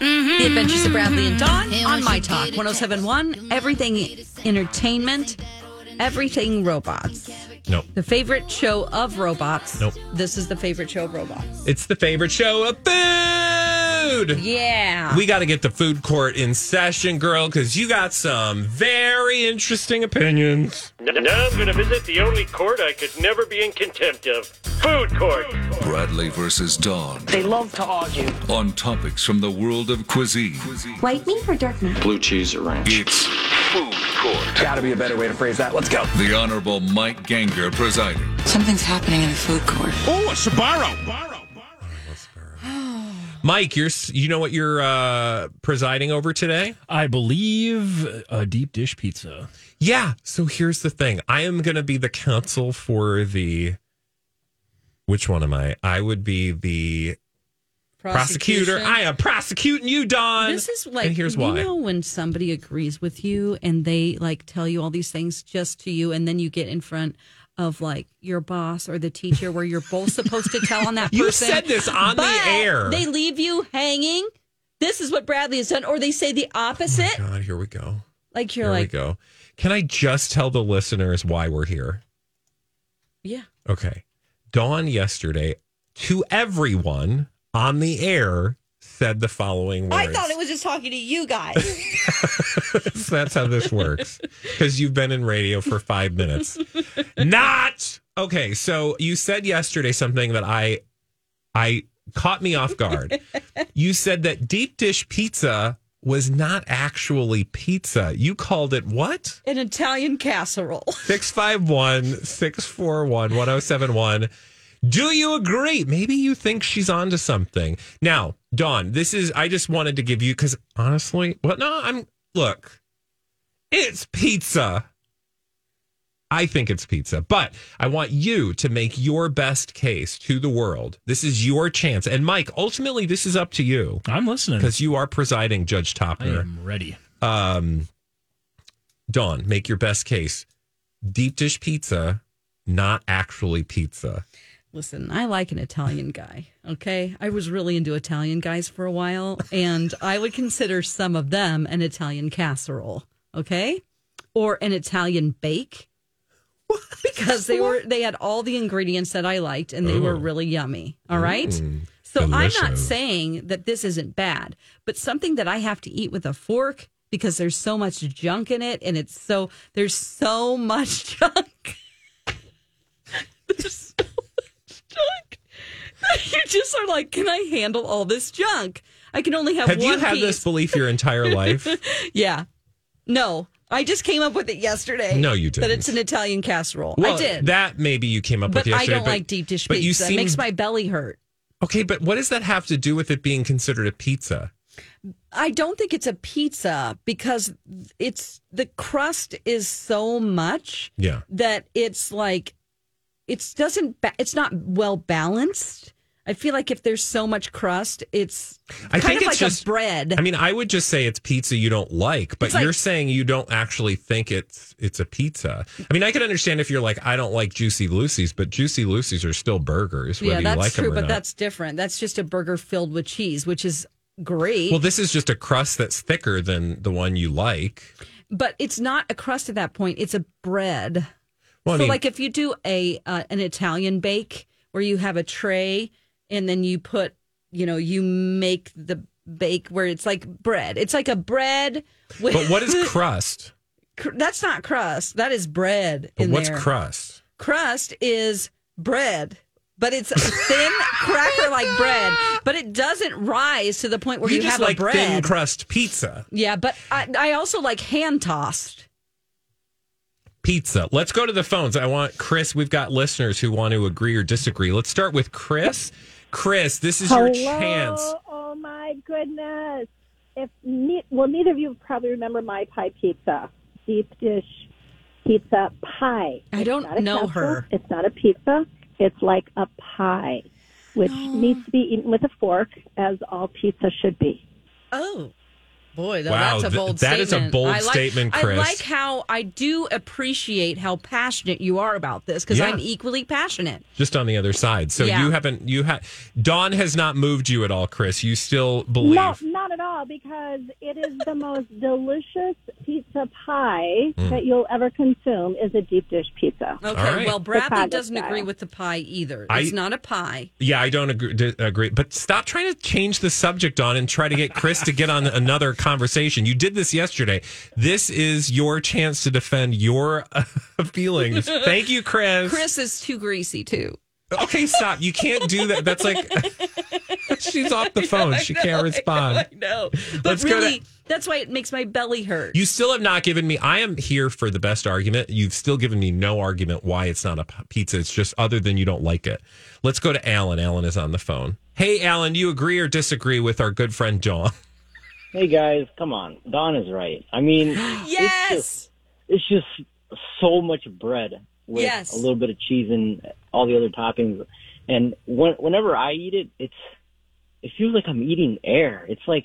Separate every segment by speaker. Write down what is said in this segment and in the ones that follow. Speaker 1: The Adventures of Bradley and Dawn on My Talk 1071. Everything entertainment, everything robots.
Speaker 2: Nope.
Speaker 1: The favorite show of robots.
Speaker 2: Nope.
Speaker 1: This is the favorite show of robots.
Speaker 2: It's the favorite show of food.
Speaker 1: Yeah.
Speaker 2: We got to get the food court in session, girl, because you got some very interesting opinions.
Speaker 3: Now I'm going to visit the only court I could never be in contempt of food court.
Speaker 4: Bradley versus Dawn
Speaker 5: They love to argue.
Speaker 4: on topics from the world of cuisine.
Speaker 6: White meat or dark meat?
Speaker 7: blue cheese or ranch.
Speaker 4: It's food court.
Speaker 8: Gotta be a better way to phrase that. Let's go.
Speaker 4: The Honorable Mike Ganger presiding.
Speaker 9: Something's happening in the food court.
Speaker 8: Oh, a Sbarro.
Speaker 2: Mike, you're s- you know what you're uh, presiding over today?
Speaker 10: I believe a deep dish pizza.
Speaker 2: Yeah. So here's the thing. I am going to be the counsel for the. Which one am I? I would be the prosecutor. I am prosecuting you, Don.
Speaker 1: This is like
Speaker 2: and here's
Speaker 1: you
Speaker 2: why.
Speaker 1: know when somebody agrees with you and they like tell you all these things just to you, and then you get in front of like your boss or the teacher where you're both supposed to tell on that
Speaker 2: You
Speaker 1: person.
Speaker 2: said this on the
Speaker 1: but
Speaker 2: air.
Speaker 1: They leave you hanging. This is what Bradley has done, or they say the opposite.
Speaker 2: Oh God, here we go.
Speaker 1: like you're
Speaker 2: Here
Speaker 1: like,
Speaker 2: we go. Can I just tell the listeners why we're here?
Speaker 1: yeah.
Speaker 2: Okay. Dawn yesterday to everyone on the air said the following words.
Speaker 1: I thought it was just talking to you guys.
Speaker 2: was. That's how this works because you've been in radio for five minutes. Not okay. So you said yesterday something that I, I caught me off guard. you said that deep dish pizza was not actually pizza. You called it what?
Speaker 1: An Italian casserole.
Speaker 2: 651 641 1071. Do you agree? Maybe you think she's onto something. Now, Dawn, this is, I just wanted to give you, because honestly, well, no, I'm, look, it's pizza. I think it's pizza, but I want you to make your best case to the world. This is your chance. And Mike, ultimately, this is up to you
Speaker 10: I'm listening.
Speaker 2: because you are presiding, Judge
Speaker 10: I
Speaker 2: Topner
Speaker 10: am ready.
Speaker 2: um, Dawn, make your best case. Deep dish pizza, not actually pizza.
Speaker 1: Listen, I like an Italian guy. Okay. I was really into Italian guys for a while, and I would consider some of them an Italian casserole. Okay. Or an Italian bake. Because they were they had all the ingredients that I liked and they were really yummy. All right. so I'm not
Speaker 2: delicious.
Speaker 1: saying that this isn't bad, but something that I have to eat with a fork because there's so much junk in it and it's so there's so much junk. There's so much junk. You just are like, can I handle all this junk? I can only have,
Speaker 2: Have
Speaker 1: one
Speaker 2: you had
Speaker 1: piece.
Speaker 2: this belief your entire life?
Speaker 1: Yeah. No, I just came up with it yesterday.
Speaker 2: No, you
Speaker 1: That it's an
Speaker 2: didn't.
Speaker 1: Italian casserole. I did.
Speaker 2: That maybe you came up
Speaker 1: but
Speaker 2: with
Speaker 1: I
Speaker 2: yesterday.
Speaker 1: don't like deep dish
Speaker 2: but
Speaker 1: pizza.
Speaker 2: You
Speaker 1: it
Speaker 2: seem,
Speaker 1: makes my belly hurt.
Speaker 2: okay, but what does that have to do with it being considered a pizza?
Speaker 1: I don't think it's a pizza because it's the crust is so much
Speaker 2: Yeah.
Speaker 1: that it's like it's doesn't ba- it's not well balanced. I feel like if there's so much crust, it's
Speaker 2: I
Speaker 1: kind
Speaker 2: think
Speaker 1: of
Speaker 2: it's
Speaker 1: like
Speaker 2: just
Speaker 1: a bread.
Speaker 2: I mean, I would just say it's pizza you don't like, but
Speaker 1: It's like-
Speaker 2: you're saying you don't actually think it's it's a pizza. I mean, I could understand if you're like, I don't like Juicy Lucy's, but Juicy Lucy's are still burgers, whether
Speaker 1: yeah, that's
Speaker 2: you like
Speaker 1: true,
Speaker 2: them or
Speaker 1: but
Speaker 2: not.
Speaker 1: that's different. That's just a burger filled with cheese, which is great.
Speaker 2: Well, this is just a crust that's thicker than the one you like.
Speaker 1: but it's not a crust at that point. It's a bread.
Speaker 2: Well, I
Speaker 1: so,
Speaker 2: mean,
Speaker 1: like if you do a uh, an Italian bake where you have a tray and then you put, you know, you make the bake where it's like bread. It's like a bread with.
Speaker 2: But what is crust?
Speaker 1: cr- that's not crust. That is bread.
Speaker 2: But
Speaker 1: in
Speaker 2: what's
Speaker 1: there.
Speaker 2: crust?
Speaker 1: crust is bread, but it's thin cracker like bread, but it doesn't rise to the point where you,
Speaker 2: you just
Speaker 1: have
Speaker 2: like
Speaker 1: a bread.
Speaker 2: thin crust pizza.
Speaker 1: yeah, but I, I also like hand tossed.
Speaker 2: Pizza. Let's go to the phones. I want Chris. We've got listeners who want to agree or disagree. Let's start with Chris. Chris, this is your chance.
Speaker 5: Oh my goodness! If ne- well, neither of you probably remember my pie pizza, deep dish pizza pie.
Speaker 1: I don't
Speaker 5: Not a
Speaker 1: know
Speaker 5: capsule.
Speaker 1: her.
Speaker 5: It's not a pizza. It's like a pie, which needs to be eaten with a fork, as all pizza should be.
Speaker 1: Oh. Boy, now
Speaker 2: Wow,
Speaker 1: that's a
Speaker 2: th-
Speaker 1: bold
Speaker 2: that is a
Speaker 1: statement.
Speaker 2: bold
Speaker 1: I like,
Speaker 2: statement, Chris.
Speaker 1: I like how I do appreciate how passionate you are about this because
Speaker 2: Yeah.
Speaker 1: I'm equally passionate.
Speaker 2: Just on the other side. So
Speaker 1: Yeah.
Speaker 2: you haven't you had Dawn has not moved you at all, Chris. You still
Speaker 7: Oh,
Speaker 2: believe
Speaker 5: No, not at all, because it is the most delicious pizza pie
Speaker 7: Mm.
Speaker 5: that you'll ever consume is a deep dish pizza.
Speaker 1: Okay,
Speaker 2: All right.
Speaker 1: well, Bradley
Speaker 5: Chicago
Speaker 1: doesn't
Speaker 5: style.
Speaker 1: agree with the pie either.
Speaker 2: I-
Speaker 1: It's not a pie.
Speaker 2: Yeah, I don't agree, d- agree. But stop trying to change the subject on and try to get Chris to get on another conversation. You did this yesterday. This is your chance to defend your uh, feelings. Thank you, Chris.
Speaker 1: Chris is too greasy, too.
Speaker 2: Okay, stop. You can't do that. That's like she's off the phone. She can't respond.
Speaker 1: I know. But
Speaker 2: Let's go to-
Speaker 1: really, that's why it makes my belly hurt.
Speaker 2: You still have not given me. I am here for the best argument. You've still given me no argument why it's not a p- pizza. It's just other than you don't like it. Let's go to Alan. Alan is on the phone. Hey, Alan, do you agree or disagree with our good friend Dawn?
Speaker 7: Hey guys, come on. Don is right. I mean,
Speaker 1: yes.
Speaker 7: it's just so much bread with
Speaker 1: Yes.
Speaker 7: a little bit of cheese and all the other toppings. And when, whenever I eat it, it's it feels like I'm eating air. It's like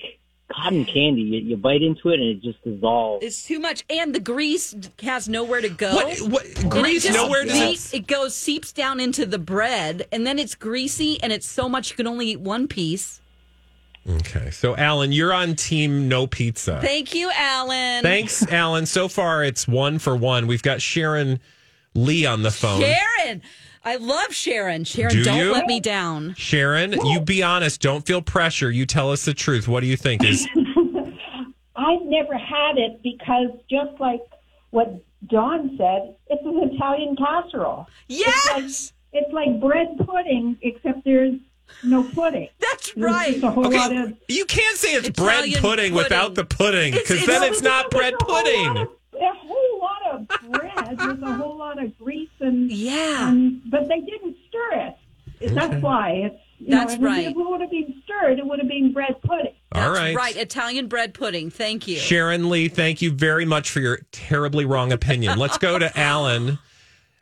Speaker 7: cotton candy. You, you bite into it and it just dissolves.
Speaker 1: It's too much, and the grease has nowhere to go.
Speaker 2: What? What?
Speaker 1: And it
Speaker 2: Grease
Speaker 1: just
Speaker 2: nowhere does.
Speaker 1: seeps- it goes seeps down into the bread, and then it's greasy, and it's so much you can only eat one piece.
Speaker 2: Okay, so Alan, you're on team no pizza.
Speaker 1: Thank you, Alan.
Speaker 2: Thanks, Alan. So far, it's one for one. We've got Sharon Lee on the phone.
Speaker 1: Sharon. I love Sharon. Sharon,
Speaker 2: Do
Speaker 1: not
Speaker 2: you?
Speaker 1: let me down.
Speaker 2: Sharon, you be honest. Don't feel pressure. You tell us the truth. What do you think is?
Speaker 5: I've never had it because just like what Dawn said, it's an Italian casserole.
Speaker 1: Yes,
Speaker 5: It's like bread pudding, except there's no pudding.
Speaker 1: that's
Speaker 5: There's
Speaker 1: right.
Speaker 5: just a whole lot
Speaker 2: Okay,
Speaker 5: of-
Speaker 2: you can't say it's
Speaker 1: Italian
Speaker 2: bread pudding,
Speaker 1: pudding.
Speaker 2: without the pudding
Speaker 1: It's-
Speaker 2: because
Speaker 1: it's-
Speaker 2: then it's not
Speaker 5: There's
Speaker 2: bread
Speaker 5: a whole lot
Speaker 2: pudding.
Speaker 5: of- A whole lot of bread. There's a whole lot of grease and
Speaker 1: Yeah,
Speaker 5: and but they didn't stir it. That's why it's. You
Speaker 1: That's
Speaker 5: know, if
Speaker 1: right.
Speaker 5: It would have been stirred. It would have been bread pudding.
Speaker 2: All
Speaker 1: That's
Speaker 2: right.
Speaker 1: right. Italian bread pudding. Thank you.
Speaker 2: Sharon Lee, thank you very much for your terribly wrong opinion. Let's go to Alan.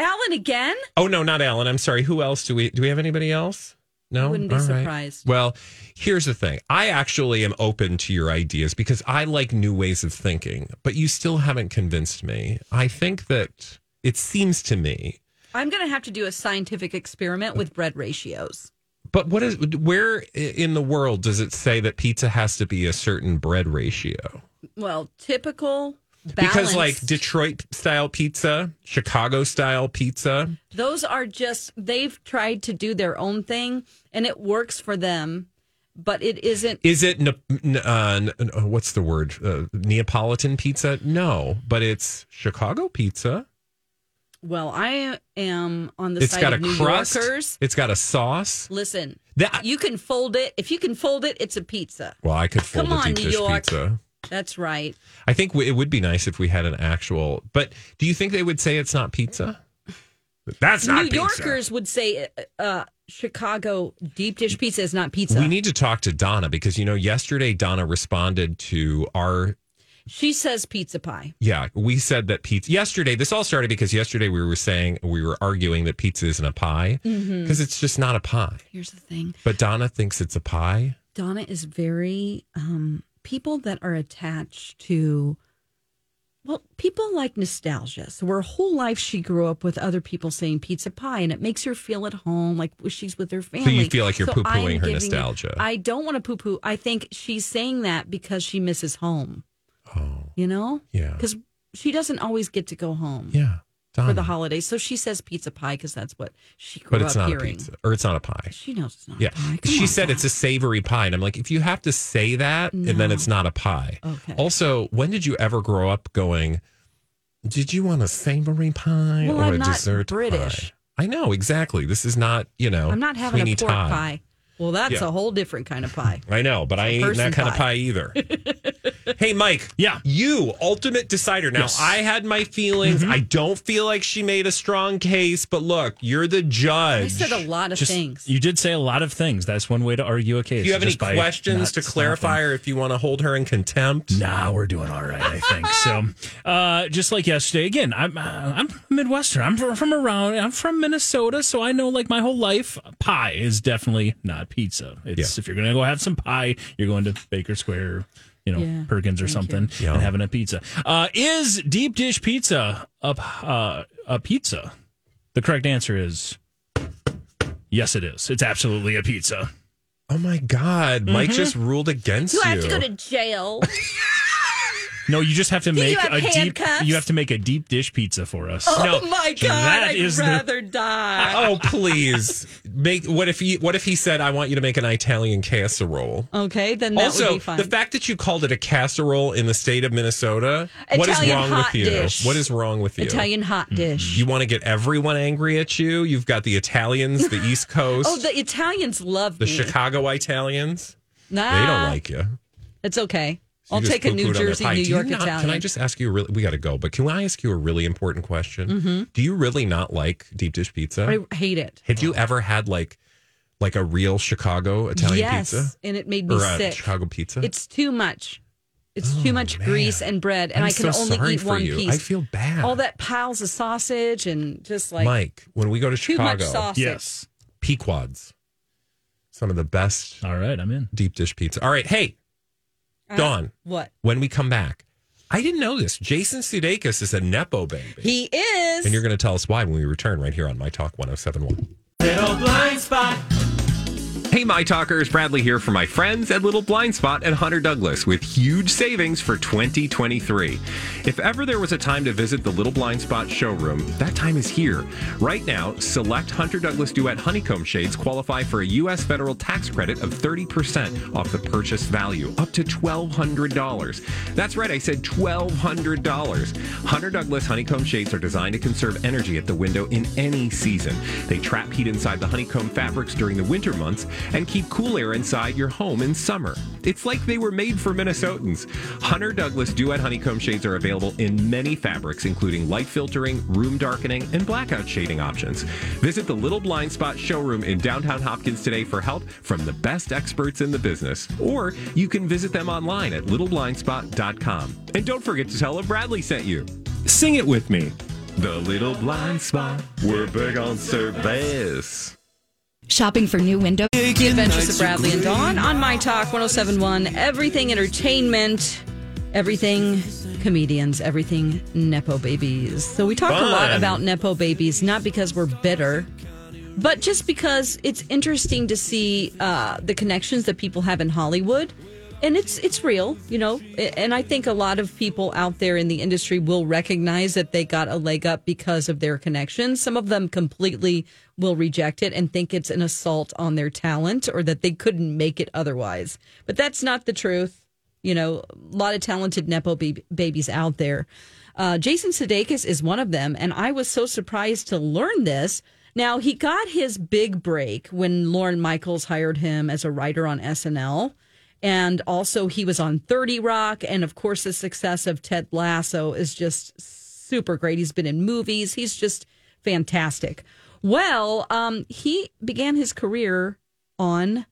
Speaker 1: Alan again.
Speaker 2: Oh no, not Alan. I'm sorry. Who else do we do we have anybody else? No.
Speaker 1: Wouldn't be
Speaker 2: All right.
Speaker 1: surprised.
Speaker 2: Well, here's the thing. I actually am open to your ideas because I like new ways of thinking, but you still haven't convinced me. I think that it seems to me.
Speaker 1: I'm going to have to do a scientific experiment with bread ratios.
Speaker 2: But what is where i- in the world does it say that pizza has to be a certain bread ratio?
Speaker 1: Well, typical balance.
Speaker 2: Because like Detroit style pizza, Chicago style pizza,
Speaker 1: those are just they've tried to do their own thing and it works for them, but it isn't.
Speaker 2: Is it ne- n- uh, n- uh, what's the word? Uh, Neapolitan pizza? No, but it's Chicago pizza.
Speaker 1: Well, I am on the
Speaker 2: It's
Speaker 1: side
Speaker 2: got a
Speaker 1: of New
Speaker 2: crust.
Speaker 1: Yorkers.
Speaker 2: It's got a sauce.
Speaker 1: Listen,
Speaker 2: That-
Speaker 1: you can fold it. If you can fold it, it's a pizza.
Speaker 2: Well, I could fold
Speaker 1: Come
Speaker 2: a
Speaker 1: on,
Speaker 2: deep
Speaker 1: New
Speaker 2: dish
Speaker 1: York.
Speaker 2: pizza.
Speaker 1: That's right.
Speaker 2: I think w- it would be nice if we had an actual. But do you think they would say it's not pizza? That's not
Speaker 1: New
Speaker 2: pizza.
Speaker 1: Yorkers would say uh, Chicago deep dish pizza is not pizza.
Speaker 2: We need to talk to Donna because you know yesterday Donna responded to our
Speaker 1: she says pizza pie.
Speaker 2: Yeah, we said that pizza yesterday. This all started because yesterday we were saying we were arguing that pizza isn't a pie because
Speaker 1: Mm-hmm.
Speaker 2: it's just not a pie.
Speaker 1: Here's the thing.
Speaker 2: But Donna thinks it's a pie.
Speaker 1: Donna is very um, people that are attached to well, people like nostalgia. So her whole life she grew up with other people saying pizza pie, and it makes her feel at home, like she's with her family.
Speaker 2: feel like you're
Speaker 1: I'm
Speaker 2: poo-pooing her
Speaker 1: giving-
Speaker 2: nostalgia.
Speaker 1: I don't want to poo poo. I think she's saying that because she misses home.
Speaker 2: Oh,
Speaker 1: You know,
Speaker 2: yeah.
Speaker 1: because she doesn't always get to go home.
Speaker 2: Yeah.
Speaker 1: for
Speaker 2: Donna.
Speaker 1: the holidays. So she says pizza pie because that's what she grew
Speaker 2: But it's
Speaker 1: up
Speaker 2: not
Speaker 1: hearing.
Speaker 2: a pizza, or it's not a pie.
Speaker 1: She knows it's not.
Speaker 2: yeah,
Speaker 1: a pie. Come
Speaker 2: she
Speaker 1: on,
Speaker 2: said
Speaker 1: Donna.
Speaker 2: it's a savory pie, and I'm like, if you have to say that, and then
Speaker 1: No.
Speaker 2: it's not a pie.
Speaker 1: Okay.
Speaker 2: Also, when did you ever grow up going? Did you want a savory pie
Speaker 1: Well,
Speaker 2: or
Speaker 1: I'm
Speaker 2: a
Speaker 1: not
Speaker 2: dessert
Speaker 1: British.
Speaker 2: pie? I know exactly. This is not you know.
Speaker 1: I'm not having
Speaker 2: Sweeney
Speaker 1: a pork
Speaker 2: Todd.
Speaker 1: pie. Well, that's
Speaker 2: Yeah.
Speaker 1: a whole different kind of pie.
Speaker 2: I know, but I ain't eating
Speaker 1: person
Speaker 2: that kind of
Speaker 1: pie.
Speaker 2: pie either. hey, Mike.
Speaker 10: Yeah.
Speaker 2: You, ultimate decider. Now,
Speaker 10: Yes. Mm-hmm.
Speaker 2: I had my feelings. I don't feel like she made a strong case, but look, you're the judge.
Speaker 1: I said a lot of
Speaker 10: Just-
Speaker 1: things.
Speaker 10: You did say a lot of things. That's one way to argue a case.
Speaker 2: Do you have any
Speaker 10: just by
Speaker 2: questions to
Speaker 10: not
Speaker 2: clarify or if you want to hold her in contempt?
Speaker 10: Nah, we're doing all right, I think. so, uh, just like yesterday, again, I'm uh, I'm Midwestern. I'm fr- from around. I'm from Minnesota, so I know like my whole life, pie is definitely not pizza. It's
Speaker 2: Yeah.
Speaker 10: if you're gonna go have some pie, you're going to Baker Square, you know,
Speaker 1: Yeah,
Speaker 10: Perkins or
Speaker 1: thank
Speaker 10: something,
Speaker 2: Yeah.
Speaker 10: and having a pizza. Uh, is deep dish pizza a p- uh, a pizza? The correct answer is yes. It is. It's absolutely a pizza.
Speaker 2: Oh my God. Mike
Speaker 1: Mm-hmm.
Speaker 2: just ruled against you.
Speaker 11: I have to go to jail?
Speaker 10: No, you just have to
Speaker 11: you
Speaker 10: make
Speaker 11: have
Speaker 10: a deep.
Speaker 11: handcuffs?
Speaker 10: You have to make a deep dish pizza for us.
Speaker 1: Oh
Speaker 2: No,
Speaker 1: my god!
Speaker 10: that
Speaker 1: I'd
Speaker 10: is the-
Speaker 1: rather die.
Speaker 2: oh please make what if he what if he said I want you to make an Italian casserole?
Speaker 1: Okay, then that
Speaker 2: also,
Speaker 1: would be fun.
Speaker 2: the fact that you called it a casserole in the state of Minnesota, what is
Speaker 1: Italian
Speaker 2: wrong
Speaker 1: hot
Speaker 2: with you?
Speaker 1: dish.
Speaker 2: What is wrong with you?
Speaker 1: Italian hot dish.
Speaker 2: Mm-hmm. You want to get everyone angry at you? You've got the Italians, the East Coast,
Speaker 1: Oh, the Italians love
Speaker 2: the
Speaker 1: me.
Speaker 2: Chicago Italians.
Speaker 1: Nah,
Speaker 2: They don't like you.
Speaker 1: It's okay. Uh,
Speaker 2: So you
Speaker 1: I'll
Speaker 2: just
Speaker 1: take a
Speaker 2: poo-pooed
Speaker 1: New
Speaker 2: on their
Speaker 1: Jersey,
Speaker 2: pie.
Speaker 1: New
Speaker 2: Do you
Speaker 1: York
Speaker 2: not-
Speaker 1: Italian.
Speaker 2: Can I just ask you? a Really, we got to go, but can I ask you a really important question? Do you really not like deep dish pizza?
Speaker 1: Mm-hmm. I hate it.
Speaker 2: Have you ever had like like a real Chicago Italian
Speaker 1: yes,
Speaker 2: pizza
Speaker 1: and it made me
Speaker 2: or a
Speaker 1: sick.
Speaker 2: Chicago pizza? Oh,
Speaker 1: It's too much. It's too much grease and bread, and
Speaker 2: I'm
Speaker 1: I can
Speaker 2: so
Speaker 1: only
Speaker 2: sorry
Speaker 1: eat
Speaker 2: for
Speaker 1: one
Speaker 2: you.
Speaker 1: piece.
Speaker 2: I feel bad.
Speaker 1: All that piles of sausage and just like
Speaker 2: Mike, when we go to
Speaker 1: too
Speaker 2: Chicago,
Speaker 1: much sausage.
Speaker 10: Yes.
Speaker 2: Pequod's, some of the best
Speaker 10: All right, I'm in.
Speaker 2: deep dish pizza. All right, hey,
Speaker 1: Uh,
Speaker 2: Dawn,
Speaker 1: What
Speaker 2: when we come back, I didn't know this. Jason Sudeikis is a nepo baby,
Speaker 1: he is?
Speaker 2: and you're going to tell us why when we return right here on My Talk 107.1. Hey, My Talkers, Bradley here for my friends at Little Blind Spot and Hunter Douglas with huge savings for 2023. If ever there was a time to visit the Little Blind Spot showroom, that time is here. Right now, select Hunter Douglas Duet Honeycomb Shades qualify for a U.S. federal tax credit of 30% off the purchase value, up to $1,200. That's right, I said $1,200. Hunter Douglas Honeycomb Shades are designed to conserve energy at the window in any season. They trap heat inside the honeycomb fabrics during the winter months and keep cool air inside your home in summer. It's like they were made for Minnesotans. Hunter Douglas Duet Honeycomb Shades are available in many fabrics, including light filtering, room darkening, and blackout shading options. Visit the Little Blind Spot showroom in downtown Hopkins today for help from the best experts in the business. Or you can visit them online at littleblindspot.com. And don't forget to tell them Bradley sent you. Sing it with me. The Little Blind Spot. We're big on service.
Speaker 11: Shopping for new windows.
Speaker 1: The Adventures of Bradley and Dawn on My Talk 1071. Everything entertainment, everything comedians, everything Nepo babies. So we talked a lot
Speaker 2: Fun.
Speaker 1: about Nepo babies, not because we're bitter, but just because it's interesting to see uh, the connections that people have in Hollywood. And it's it's real, you know. A- And I think a lot of people out there in the industry will recognize that they got a leg up because of their connections. Some of them completely will reject it and think it's an assault on their talent or that they couldn't make it otherwise. But that's not the truth. You know, a lot of talented nepo ba- babies out there. Uh, Jason Sudeikis is one of them, and I was so surprised to learn this. Now he got his big break when Lauren Michaels hired him as a writer on SNL, and also he was on Thirty Rock, and of course the success of Ted Lasso is just super great. He's been in movies. He's just fantastic. Well, um, he began his career on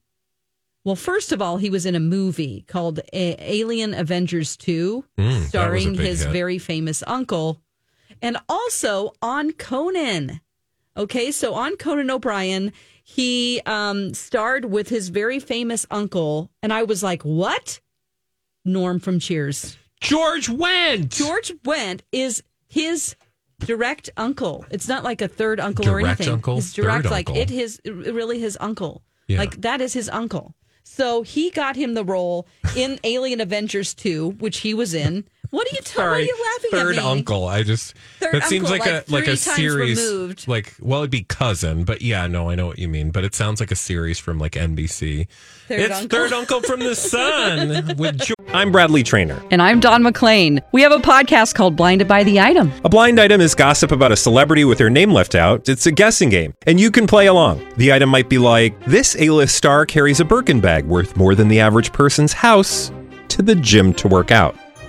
Speaker 1: well, first of all, he was in a movie called A- Alien Avengers 2,
Speaker 2: Mm, that was a
Speaker 1: starring
Speaker 2: big
Speaker 1: his
Speaker 2: hit.
Speaker 1: very famous uncle, and also on Conan. Okay, so on Conan O'Brien, he um, starred with his very famous uncle, and I was like, what? Norm from Cheers.
Speaker 2: George went.
Speaker 1: George Wendt is his direct uncle. It's not like a third uncle or
Speaker 2: Direct
Speaker 1: anything.
Speaker 2: uncle?
Speaker 1: It's direct,
Speaker 2: Third
Speaker 1: like
Speaker 2: uncle?
Speaker 1: it his really his uncle.
Speaker 2: Yeah.
Speaker 1: Like that is his uncle. So he got him the role in Alien Avengers 2, which he was in, What are you talking? Why are
Speaker 2: Sorry,
Speaker 1: you laughing
Speaker 2: third
Speaker 1: at me?
Speaker 2: uncle. I just
Speaker 1: Third
Speaker 2: that seems
Speaker 1: uncle,
Speaker 2: like,
Speaker 1: like
Speaker 2: a like
Speaker 1: three
Speaker 2: a
Speaker 1: times
Speaker 2: series.
Speaker 1: removed.
Speaker 2: Like, well, it'd be cousin, but yeah, no, I know what you mean. But it sounds like a series from like NBC.
Speaker 1: Third
Speaker 2: it's
Speaker 1: uncle.
Speaker 2: third uncle from the sun with. Jo- I'm Bradley Trainer.
Speaker 1: And I'm Don McClain. We have a podcast called Blinded by the Item.
Speaker 12: A blind item is gossip about a celebrity with their name left out. It's a guessing game, and you can play along. The item might be like this A list star carries a Birkin bag worth more than the average person's house to the gym to work out.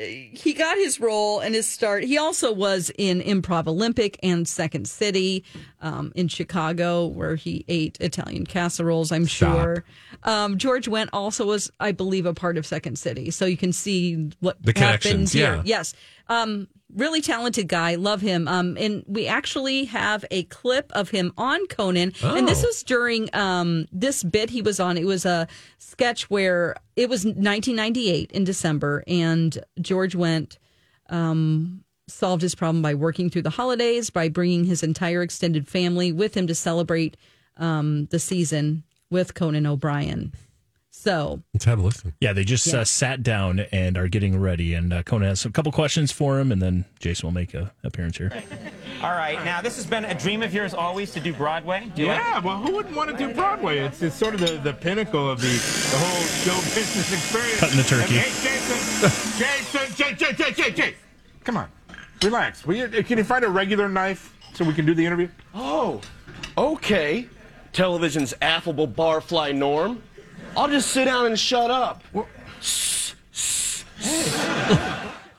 Speaker 1: uh, he got his role and his start. He also was in Improv Olympic and Second City um, in Chicago, where he ate Italian casseroles, I'm
Speaker 13: Stop.
Speaker 1: sure. Um, George Wendt also was, I believe, a part of Second City. So you can see what
Speaker 2: The
Speaker 1: happens
Speaker 2: connections,
Speaker 1: here.
Speaker 2: yeah.
Speaker 1: Yes. Um, really talented guy. Love him. Um, and we actually have a clip of him on Conan. And this
Speaker 14: Oh.
Speaker 1: was during um, this bit he was on. It was a sketch where it was 1998 in December, and George went. Um, solved his problem by working through the holidays by bringing his entire extended family with him to celebrate um, the season with Conan O'Brien. So
Speaker 2: Let's have a listen.
Speaker 10: Yeah, they just
Speaker 1: Yeah.
Speaker 10: uh, sat down and are getting ready. And uh, Conan has a couple questions for him, and then Jason will make a appearance here.
Speaker 15: All right, now this has been a dream of yours always to do Broadway. Do you like-
Speaker 16: Yeah, well, who wouldn't want to do Broadway? It's, it's sort of the, the pinnacle of the, the whole show business experience.
Speaker 10: Cutting the turkey.
Speaker 16: Hey, Jason, Jason, Jay, Jay, Jay, Jay, Jay, come on, relax. Will you, can you find a regular knife so we can do the interview?
Speaker 8: Oh, okay. Television's affable barfly norm. I'll just sit down and shut up.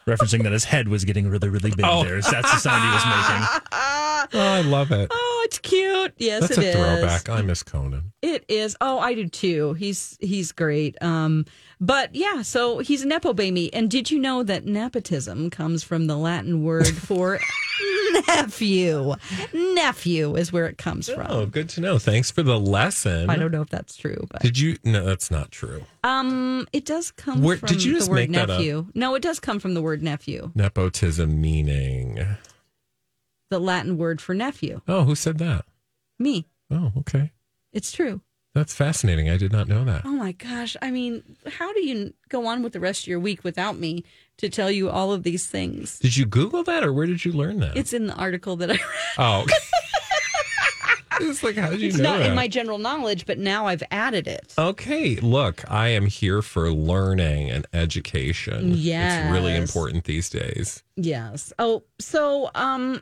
Speaker 10: Referencing that his head was getting really, really big
Speaker 2: Oh.
Speaker 10: there. So that's the sound he was making.
Speaker 2: Oh, I love it.
Speaker 1: Oh, it's cute. Yes, it
Speaker 2: That's a
Speaker 1: is.
Speaker 2: throwback. I miss Conan.
Speaker 1: It is. Oh, I do too. He's he's great. Um, but yeah, so he's a nepo baby. And did you know that nepotism comes from the Latin word for nephew? Nephew is where it comes from.
Speaker 2: Oh, good to know. Thanks for the lesson.
Speaker 1: I don't know if that's true, but
Speaker 2: Did you? No, that's not true.
Speaker 1: um, it does come
Speaker 2: Where-
Speaker 1: from
Speaker 2: did you just
Speaker 1: the word
Speaker 2: make that up?
Speaker 1: nephew. No, it does come from the word nephew,
Speaker 2: Nepotism meaning.
Speaker 1: the Latin word for nephew.
Speaker 2: Oh, who said that?
Speaker 1: Me,
Speaker 2: Oh, okay.
Speaker 1: it's true.
Speaker 2: That's fascinating. I did not know that.
Speaker 1: Oh my gosh. I mean, how do you go on with the rest of your week without me to tell you all of these things?
Speaker 2: Did you Google that or where did you learn that?
Speaker 1: It's in the article that I read.
Speaker 2: oh, okay. it's like, how did you
Speaker 1: It's
Speaker 2: know
Speaker 1: not in
Speaker 2: that?
Speaker 1: my general knowledge, but now I've added it.
Speaker 2: Okay, look, I am here for learning and education. It's really
Speaker 1: Yes.
Speaker 2: important these days.
Speaker 1: Yes. Oh, so um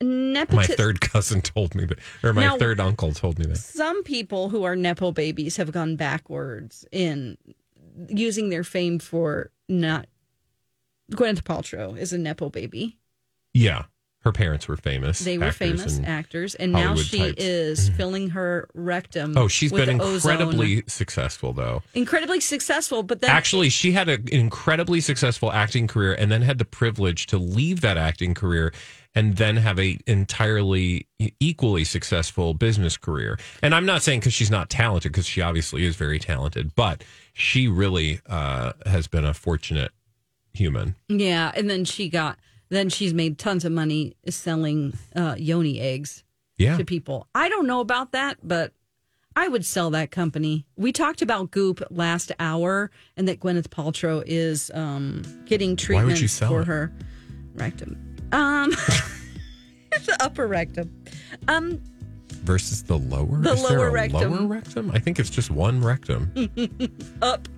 Speaker 2: My
Speaker 1: nepotism.
Speaker 2: third cousin told me that, or my
Speaker 1: Now-
Speaker 2: third uncle told me that.
Speaker 1: Some people who are nepo babies have gone backwards in using their fame for not. Gwyneth Paltrow is a nepo baby.
Speaker 2: Yeah, her parents were famous.
Speaker 1: They were
Speaker 2: actors
Speaker 1: famous
Speaker 2: and-
Speaker 1: actors, and now
Speaker 2: Hollywood
Speaker 1: she
Speaker 2: types. Mm.
Speaker 1: is filling her rectum.
Speaker 2: Oh, she's
Speaker 1: with
Speaker 2: been
Speaker 1: ozone.
Speaker 2: incredibly successful, though.
Speaker 1: incredibly successful. But then
Speaker 2: Actually, she had an incredibly successful acting career and then had the privilege to leave that acting career and then have a entirely e, equally successful business career. And I'm not saying because she's not talented, because she obviously is very talented, but she really uh, has been a fortunate human.
Speaker 1: Yeah, and then she got then she's made tons of money selling uh, yoni eggs
Speaker 2: Yeah.
Speaker 1: to people. I don't know about that, but I would sell that company. We talked about Goop last hour, and that Gwyneth Paltrow is um, getting
Speaker 2: Why
Speaker 1: treatment
Speaker 2: would you sell
Speaker 1: for
Speaker 2: it?
Speaker 1: her rectum, um, the upper rectum. Um,
Speaker 2: Versus the lower,
Speaker 1: The
Speaker 2: is there
Speaker 1: lower
Speaker 2: a
Speaker 1: rectum.
Speaker 2: lower rectum. I think it's just one rectum
Speaker 1: up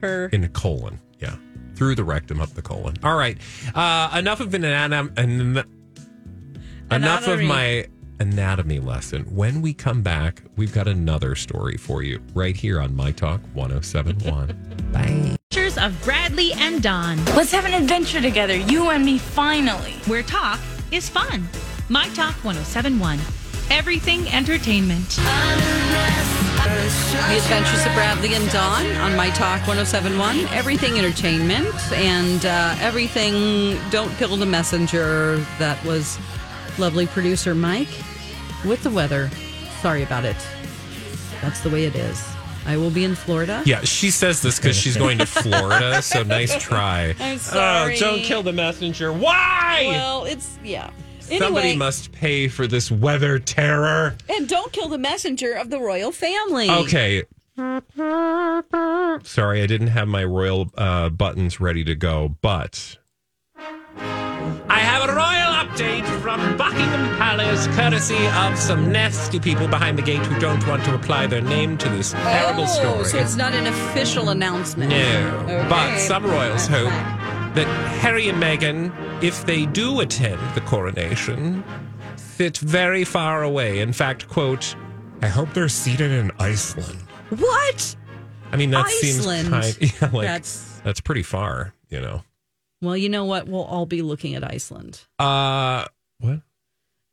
Speaker 1: her.
Speaker 2: in the colon. Yeah, through the rectum up the colon. All right, uh, enough of an anam- an- enough of
Speaker 1: Anatomy.
Speaker 2: my anatomy lesson. When we come back, we've got another story for you right here on My Talk 1071. Bye.
Speaker 17: Adventures of Bradley and Don. Let's have an adventure together, you and me finally. Where talk is fun. My Talk 1071. Everything entertainment.
Speaker 1: The Adventures of Bradley and Dawn on My Talk 1071. Everything Entertainment and uh, everything Don't Kill the Messenger. That was lovely producer Mike with the weather. Sorry about it. That's the way it is. I will be in Florida.
Speaker 2: Yeah, she says this because she's going to Florida. So nice try.
Speaker 1: I'm sorry.
Speaker 2: Oh, don't kill the messenger. Why?
Speaker 1: Well, it's yeah.
Speaker 2: Somebody
Speaker 13: Anyway-
Speaker 2: must pay for this weather terror.
Speaker 13: And don't kill the messenger of the royal family.
Speaker 2: Okay. Sorry, I didn't have my royal uh, buttons ready to go, but I have a royal update from Buckingham Palace, courtesy of some nasty people behind the gate who don't want to apply their name to this terrible
Speaker 1: Oh,
Speaker 2: story.
Speaker 1: so it's not an official announcement.
Speaker 2: No, but
Speaker 1: Okay.
Speaker 2: some royals
Speaker 1: That's
Speaker 2: hope that Harry and Meghan, if they do attend the coronation, sit very far away. In fact, quote, I hope they're seated in Iceland.
Speaker 1: What?
Speaker 2: I mean, that
Speaker 1: Iceland.
Speaker 2: seems kind. Yeah, like
Speaker 1: That's-
Speaker 2: that's pretty far, you know.
Speaker 1: Well, you know what? We'll all be looking at Iceland.
Speaker 2: Uh, what?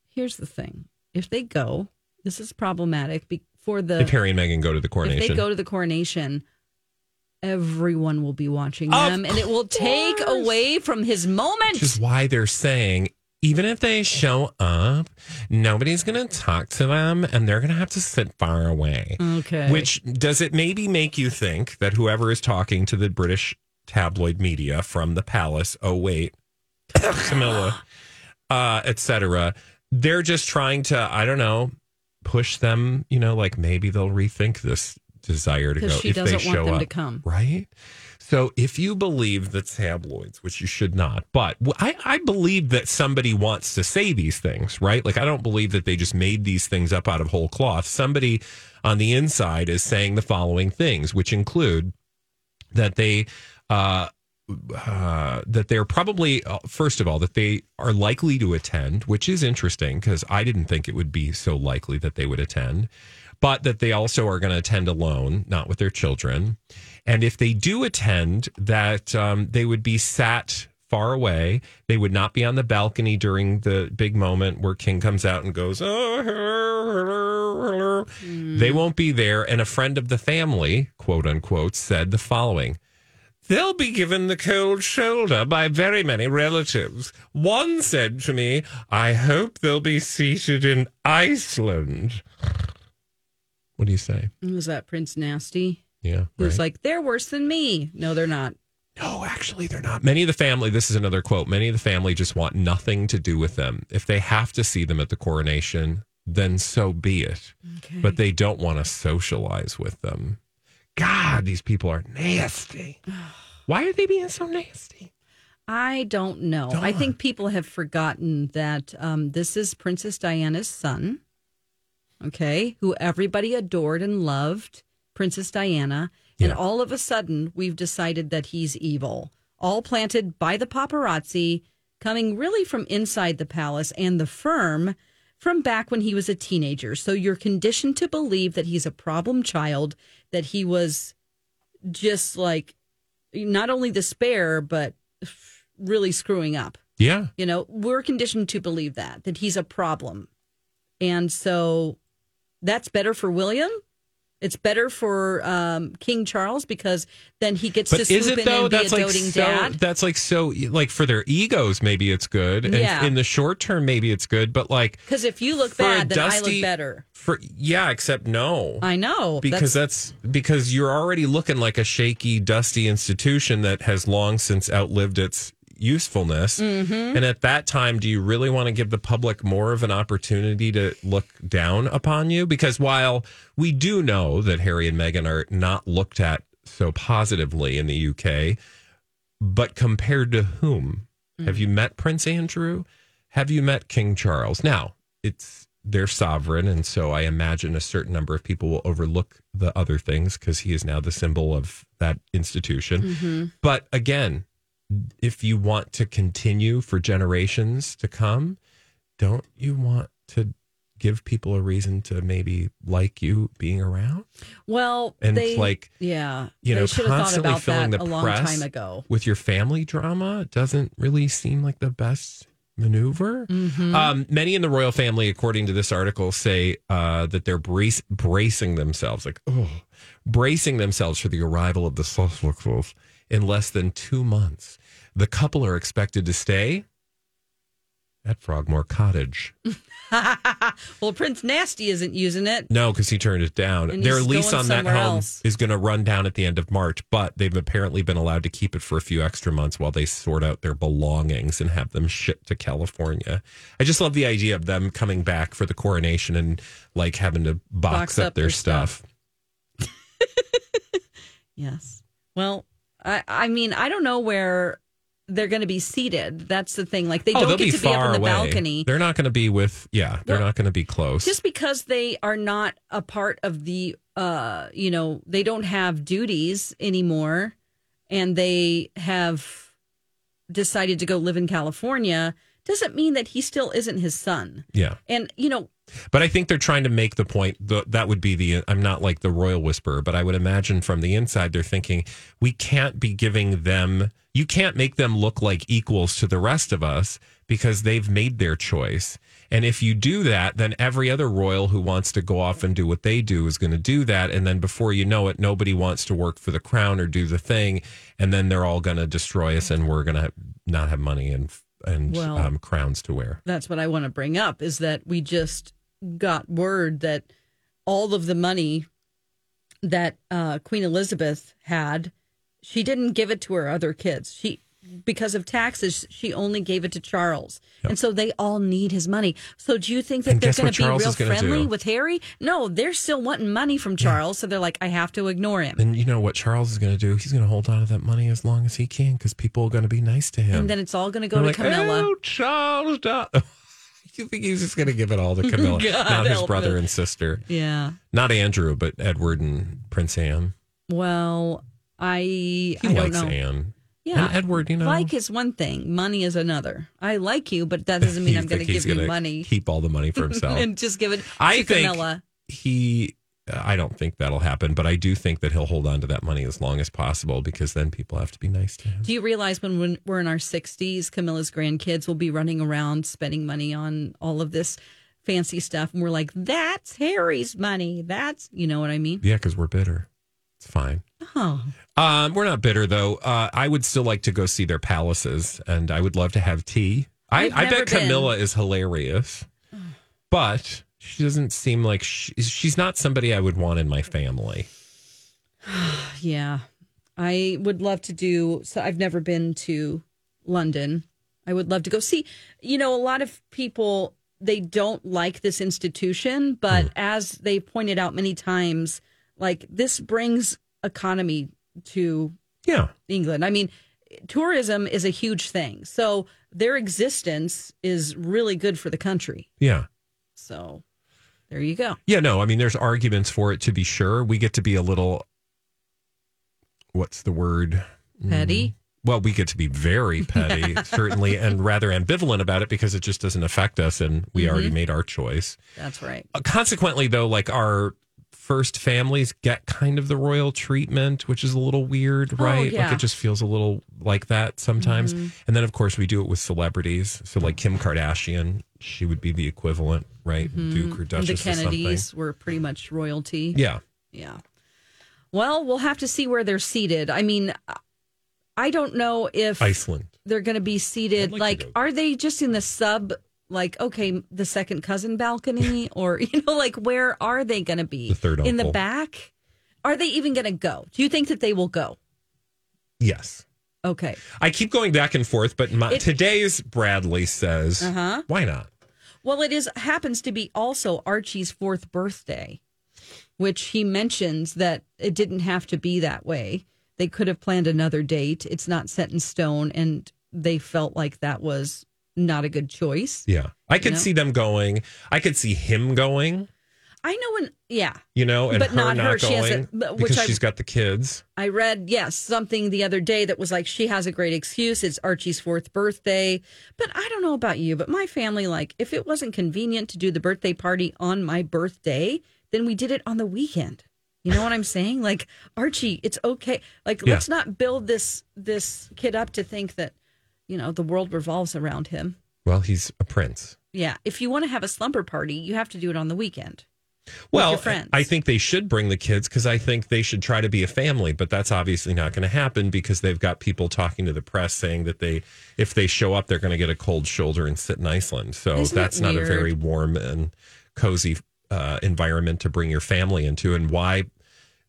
Speaker 1: Here's the thing: if they go, this is problematic be- for the
Speaker 2: If Harry and Meghan go to the coronation,
Speaker 1: If they go to the coronation, everyone will be watching
Speaker 2: Of
Speaker 1: them, and it will take away from his moment.
Speaker 2: which is why they're saying even if they show up, nobody's going to talk to them, and they're going to have to sit far away.
Speaker 1: Okay.
Speaker 2: Which does it maybe make you think that whoever is talking to the British tabloid media from the palace, oh wait, Camilla, uh, etc., they're just trying to, I don't know, push them, you know, like maybe they'll rethink this desire to go
Speaker 1: Because she
Speaker 2: if they
Speaker 1: doesn't want
Speaker 2: show
Speaker 1: them
Speaker 2: up.
Speaker 1: to come.
Speaker 2: Right? So if you believe the tabloids, which you should not, but w- I, I believe that somebody wants to say these things, right? Like I don't believe that they just made these things up out of whole cloth. Somebody on the inside is saying the following things, which include that they uh, uh, that they're probably uh, first of all that they are likely to attend, which is interesting because I didn't think it would be so likely that they would attend, but that they also are going to attend alone, not with their children, and if they do attend, that um, they would be sat far away. They would not be on the balcony during the big moment where King comes out and goes, "Oh, they won't be there. And a friend of the family, quote unquote, said the following. They'll be given the cold shoulder by very many relatives. One said to me, I hope they'll be seated in Iceland. What do you say?
Speaker 1: Was that Prince Nasty?
Speaker 2: Yeah.
Speaker 1: Who's
Speaker 2: right.
Speaker 1: like, they're worse than me. No, they're not.
Speaker 2: No, actually, they're not. Many of the family, this is another quote, many of the family just want nothing to do with them. If they have to see them at the coronation, then so be it. But they don't want to socialize with them. God, these people are nasty. Why are they being so nasty?
Speaker 1: I don't know. I think people have forgotten that um, this is Princess Diana's son, okay, who everybody adored and loved, Princess Diana. And all of a sudden, we've decided that he's evil, all planted by the paparazzi, coming really from inside the palace and the firm from back when he was a teenager. So you're conditioned to believe that he's a problem child, that he was just like not only despair, but really screwing up.
Speaker 2: Yeah.
Speaker 1: You know, we're conditioned to believe that, that he's a problem. And so that's better for William. It's better for um, King Charles because then he gets to
Speaker 2: But
Speaker 1: swoop
Speaker 2: is it
Speaker 1: in
Speaker 2: though?
Speaker 1: and be
Speaker 2: That's
Speaker 1: a
Speaker 2: like
Speaker 1: doting
Speaker 2: so.
Speaker 1: dad.
Speaker 2: That's like so. Like for their egos, maybe it's good. And
Speaker 1: Yeah.
Speaker 2: in the short term, maybe it's good. But like
Speaker 1: Because if you look
Speaker 2: for a
Speaker 1: bad, then I
Speaker 2: dusty-
Speaker 1: look better.
Speaker 2: for yeah, except no.
Speaker 1: I know.
Speaker 2: because that's, because you're already looking like a shaky, dusty institution that has long since outlived its usefulness.
Speaker 1: Mhm.
Speaker 2: And at that time, do you really want to give the public more of an opportunity to look down upon you? Because while we do know that Harry and Meghan are not looked at so positively in the UK, but compared to whom? Have you met Prince Andrew? Have you met King Charles? Now, it's their sovereign, and so I imagine a certain number of people will overlook the other things because he is now the symbol of that institution.
Speaker 14: Mhm.
Speaker 2: But again, if you want to continue for generations to come, don't you want to give people a reason to maybe like you being around?
Speaker 1: Well,
Speaker 2: And
Speaker 1: they,
Speaker 2: it's like,
Speaker 1: yeah,
Speaker 2: you know,
Speaker 1: they should have thought
Speaker 2: constantly
Speaker 1: about
Speaker 2: filling
Speaker 1: that
Speaker 2: the
Speaker 1: a long
Speaker 2: press
Speaker 1: time ago.
Speaker 2: with your family drama doesn't really seem like the best maneuver. Um, many in the royal family, according to this article, say uh, that they're brace- bracing themselves, like, oh, bracing themselves for the arrival of the Sussex in less than two months. The couple are expected to stay at Frogmore Cottage.
Speaker 1: well, Prince Nasty isn't using it.
Speaker 2: No, because he turned it down.
Speaker 1: And
Speaker 2: Their
Speaker 1: he's
Speaker 2: lease
Speaker 1: going
Speaker 2: on that
Speaker 1: somewhere
Speaker 2: home
Speaker 1: else.
Speaker 2: is going to run down at the end of March, but they've apparently been allowed to keep it for a few extra months while they sort out their belongings and have them shipped to California. I just love the idea of them coming back for the coronation and like having to box,
Speaker 1: Box
Speaker 2: up,
Speaker 1: up
Speaker 2: their
Speaker 1: their
Speaker 2: stuff.
Speaker 1: Yes. Well, I, I mean, I don't know where they're going to be seated. That's the thing. Like, they
Speaker 2: oh,
Speaker 1: don't
Speaker 2: they'll
Speaker 1: get
Speaker 2: be
Speaker 1: to be
Speaker 2: far
Speaker 1: up on the
Speaker 2: away.
Speaker 1: balcony.
Speaker 2: They're not going to be with. Yeah, they're
Speaker 1: No.
Speaker 2: not going to be close.
Speaker 1: just because they are not a part of the uh you know they don't have duties anymore and they have decided to go live in california doesn't mean that he still isn't his son
Speaker 2: yeah.
Speaker 1: and you know
Speaker 2: But I think they're trying to make the point that that would be the I'm not like the royal whisperer, but I would imagine from the inside they're thinking we can't be giving them you can't make them look like equals to the rest of us because they've made their choice. And if you do that, then every other royal who wants to go off and do what they do is going to do that. And then before you know it, nobody wants to work for the crown or do the thing. And then they're all going to destroy us and we're going to not have money and, and
Speaker 1: Well-
Speaker 2: um, crowns to wear.
Speaker 1: that's what i want to bring up is that we just got word that all of the money that uh, queen elizabeth had she didn't give it to her other kids she because of taxes she only gave it to charles and so they all need his money so do you think that
Speaker 2: And
Speaker 1: they're
Speaker 2: guess
Speaker 1: going
Speaker 2: what
Speaker 1: to be
Speaker 2: Charles
Speaker 1: real
Speaker 2: is gonna
Speaker 1: friendly
Speaker 2: do?
Speaker 1: with harry no they're still wanting money from charles so they're like i have to ignore him
Speaker 2: And you know what Charles is going to do? He's going to hold on to that money as long as he can because people are going to be nice to him.
Speaker 1: and then it's all going to go
Speaker 2: I'm
Speaker 1: to
Speaker 2: like,
Speaker 1: camilla
Speaker 2: "Oh, Charles, da-" you think he's just going to give it all to Camilla,
Speaker 1: God
Speaker 2: not his
Speaker 1: help
Speaker 2: brother
Speaker 1: us.
Speaker 2: and sister,
Speaker 1: yeah
Speaker 2: not Andrew, but Edward and Prince Anne.
Speaker 1: well i
Speaker 2: He
Speaker 1: i don't
Speaker 2: likes
Speaker 1: know
Speaker 2: Anne.
Speaker 1: Yeah.
Speaker 2: and Edward, you know,
Speaker 1: Like is one thing, money is another. I like you, but that doesn't mean
Speaker 2: You
Speaker 1: I'm going to
Speaker 2: think he's
Speaker 1: give you
Speaker 2: gonna
Speaker 1: money
Speaker 2: Keep all the money for himself.
Speaker 1: and just give it
Speaker 2: I
Speaker 1: to
Speaker 2: think-
Speaker 1: Camilla.
Speaker 2: he, I don't think that'll happen, but I do think that he'll hold on to that money as long as possible because then people have to be nice to him.
Speaker 1: Do you realize when when we're in our 60s, Camilla's grandkids will be running around spending money on all of this fancy stuff, and we're like, "That's Harry's money. That's you know what I mean."
Speaker 2: Yeah, because we're bitter. It's fine.
Speaker 1: Oh,
Speaker 2: Um, we're not bitter though. Uh, I would still like to go see their palaces, and I would love to have tea. I,
Speaker 1: I've
Speaker 2: I
Speaker 1: never
Speaker 2: bet
Speaker 1: been.
Speaker 2: Camilla is hilarious, but she doesn't seem like she, she's not somebody I would want in my family.
Speaker 1: yeah. I would love to do. So I've never been to London. I would love to go see. You know, a lot of people they don't like this institution,
Speaker 2: Hmm.
Speaker 1: but as they pointed out many times, like this brings economy to
Speaker 2: Yeah,
Speaker 1: England. I mean, tourism is a huge thing. So their existence is really good for the country.
Speaker 2: yeah,
Speaker 1: So there you go.
Speaker 2: yeah. No, I mean, there's arguments for it to be sure. We get to be a little. What's the word?
Speaker 1: Petty.
Speaker 2: Well, we get to be very petty, certainly, and rather ambivalent about it because it just doesn't affect us, and we already
Speaker 1: Mhm.
Speaker 8: Mm-hmm.
Speaker 2: made our choice.
Speaker 1: That's right.
Speaker 2: Uh, consequently though like our first families get kind of the royal treatment which is a little weird
Speaker 14: Oh,
Speaker 2: right like
Speaker 14: yeah.
Speaker 2: it just feels a little like that sometimes
Speaker 1: Mm-hmm.
Speaker 14: Mhm.
Speaker 2: and then of course we do it with celebrities so like kim kardashian she would be the equivalent right duke or
Speaker 1: Mhm. And the
Speaker 2: duchess or
Speaker 1: Kennedys
Speaker 2: something
Speaker 1: were pretty much royalty.
Speaker 2: yeah
Speaker 1: Yeah. Well, we'll have to see where they're seated. I mean, I don't know if
Speaker 2: iceland
Speaker 1: they're going to be seated. Like, are they just in the sub? Like, okay, the second cousin balcony, or you know, like where are they going to be?
Speaker 2: The third
Speaker 1: in the
Speaker 2: uncle.
Speaker 1: back. Are they even going to go? Do you think that they will go?
Speaker 2: yes
Speaker 1: Okay.
Speaker 2: i keep going back and forth but my,
Speaker 1: It-
Speaker 2: today's bradley says
Speaker 1: Uh-huh.
Speaker 2: why not
Speaker 1: Well, it is happens to be also Archie's fourth birthday, which he mentions that it didn't have to be that way. They could have planned another date. It's not set in stone, and they felt like that was not a good choice.
Speaker 2: yeah i could
Speaker 1: No.
Speaker 2: see them going i could see him going
Speaker 1: I know when, yeah,
Speaker 2: you know and
Speaker 1: But
Speaker 2: her
Speaker 1: not
Speaker 2: not,
Speaker 1: her. She has a-
Speaker 2: going
Speaker 1: but- which
Speaker 2: because
Speaker 1: I-
Speaker 2: she's got the kids
Speaker 1: I read, yes, something the other day that was like, she has a great excuse. It's Archie's fourth birthday. But I don't know about you, but my family, like, if it wasn't convenient to do the birthday party on my birthday, then we did it on the weekend. You know what I'm saying? Like, Archie, it's okay. Like,
Speaker 2: Yeah.
Speaker 1: let's not build this this kid up to think that, you know, the world revolves around him.
Speaker 2: well he's a prince
Speaker 1: Yeah. If you want to have a slumber party, you have to do it on the weekend.
Speaker 2: Well,
Speaker 1: your friends.
Speaker 2: I think they should bring the kids because I think they should try to be a family, but that's obviously not going to happen because they've got people talking to the press saying that they, if they show up, they're going to get a cold shoulder and sit in Iceland. So
Speaker 1: Isn't that
Speaker 2: that's not a very
Speaker 1: weird?
Speaker 2: warm and cozy uh, environment to bring your family into. And why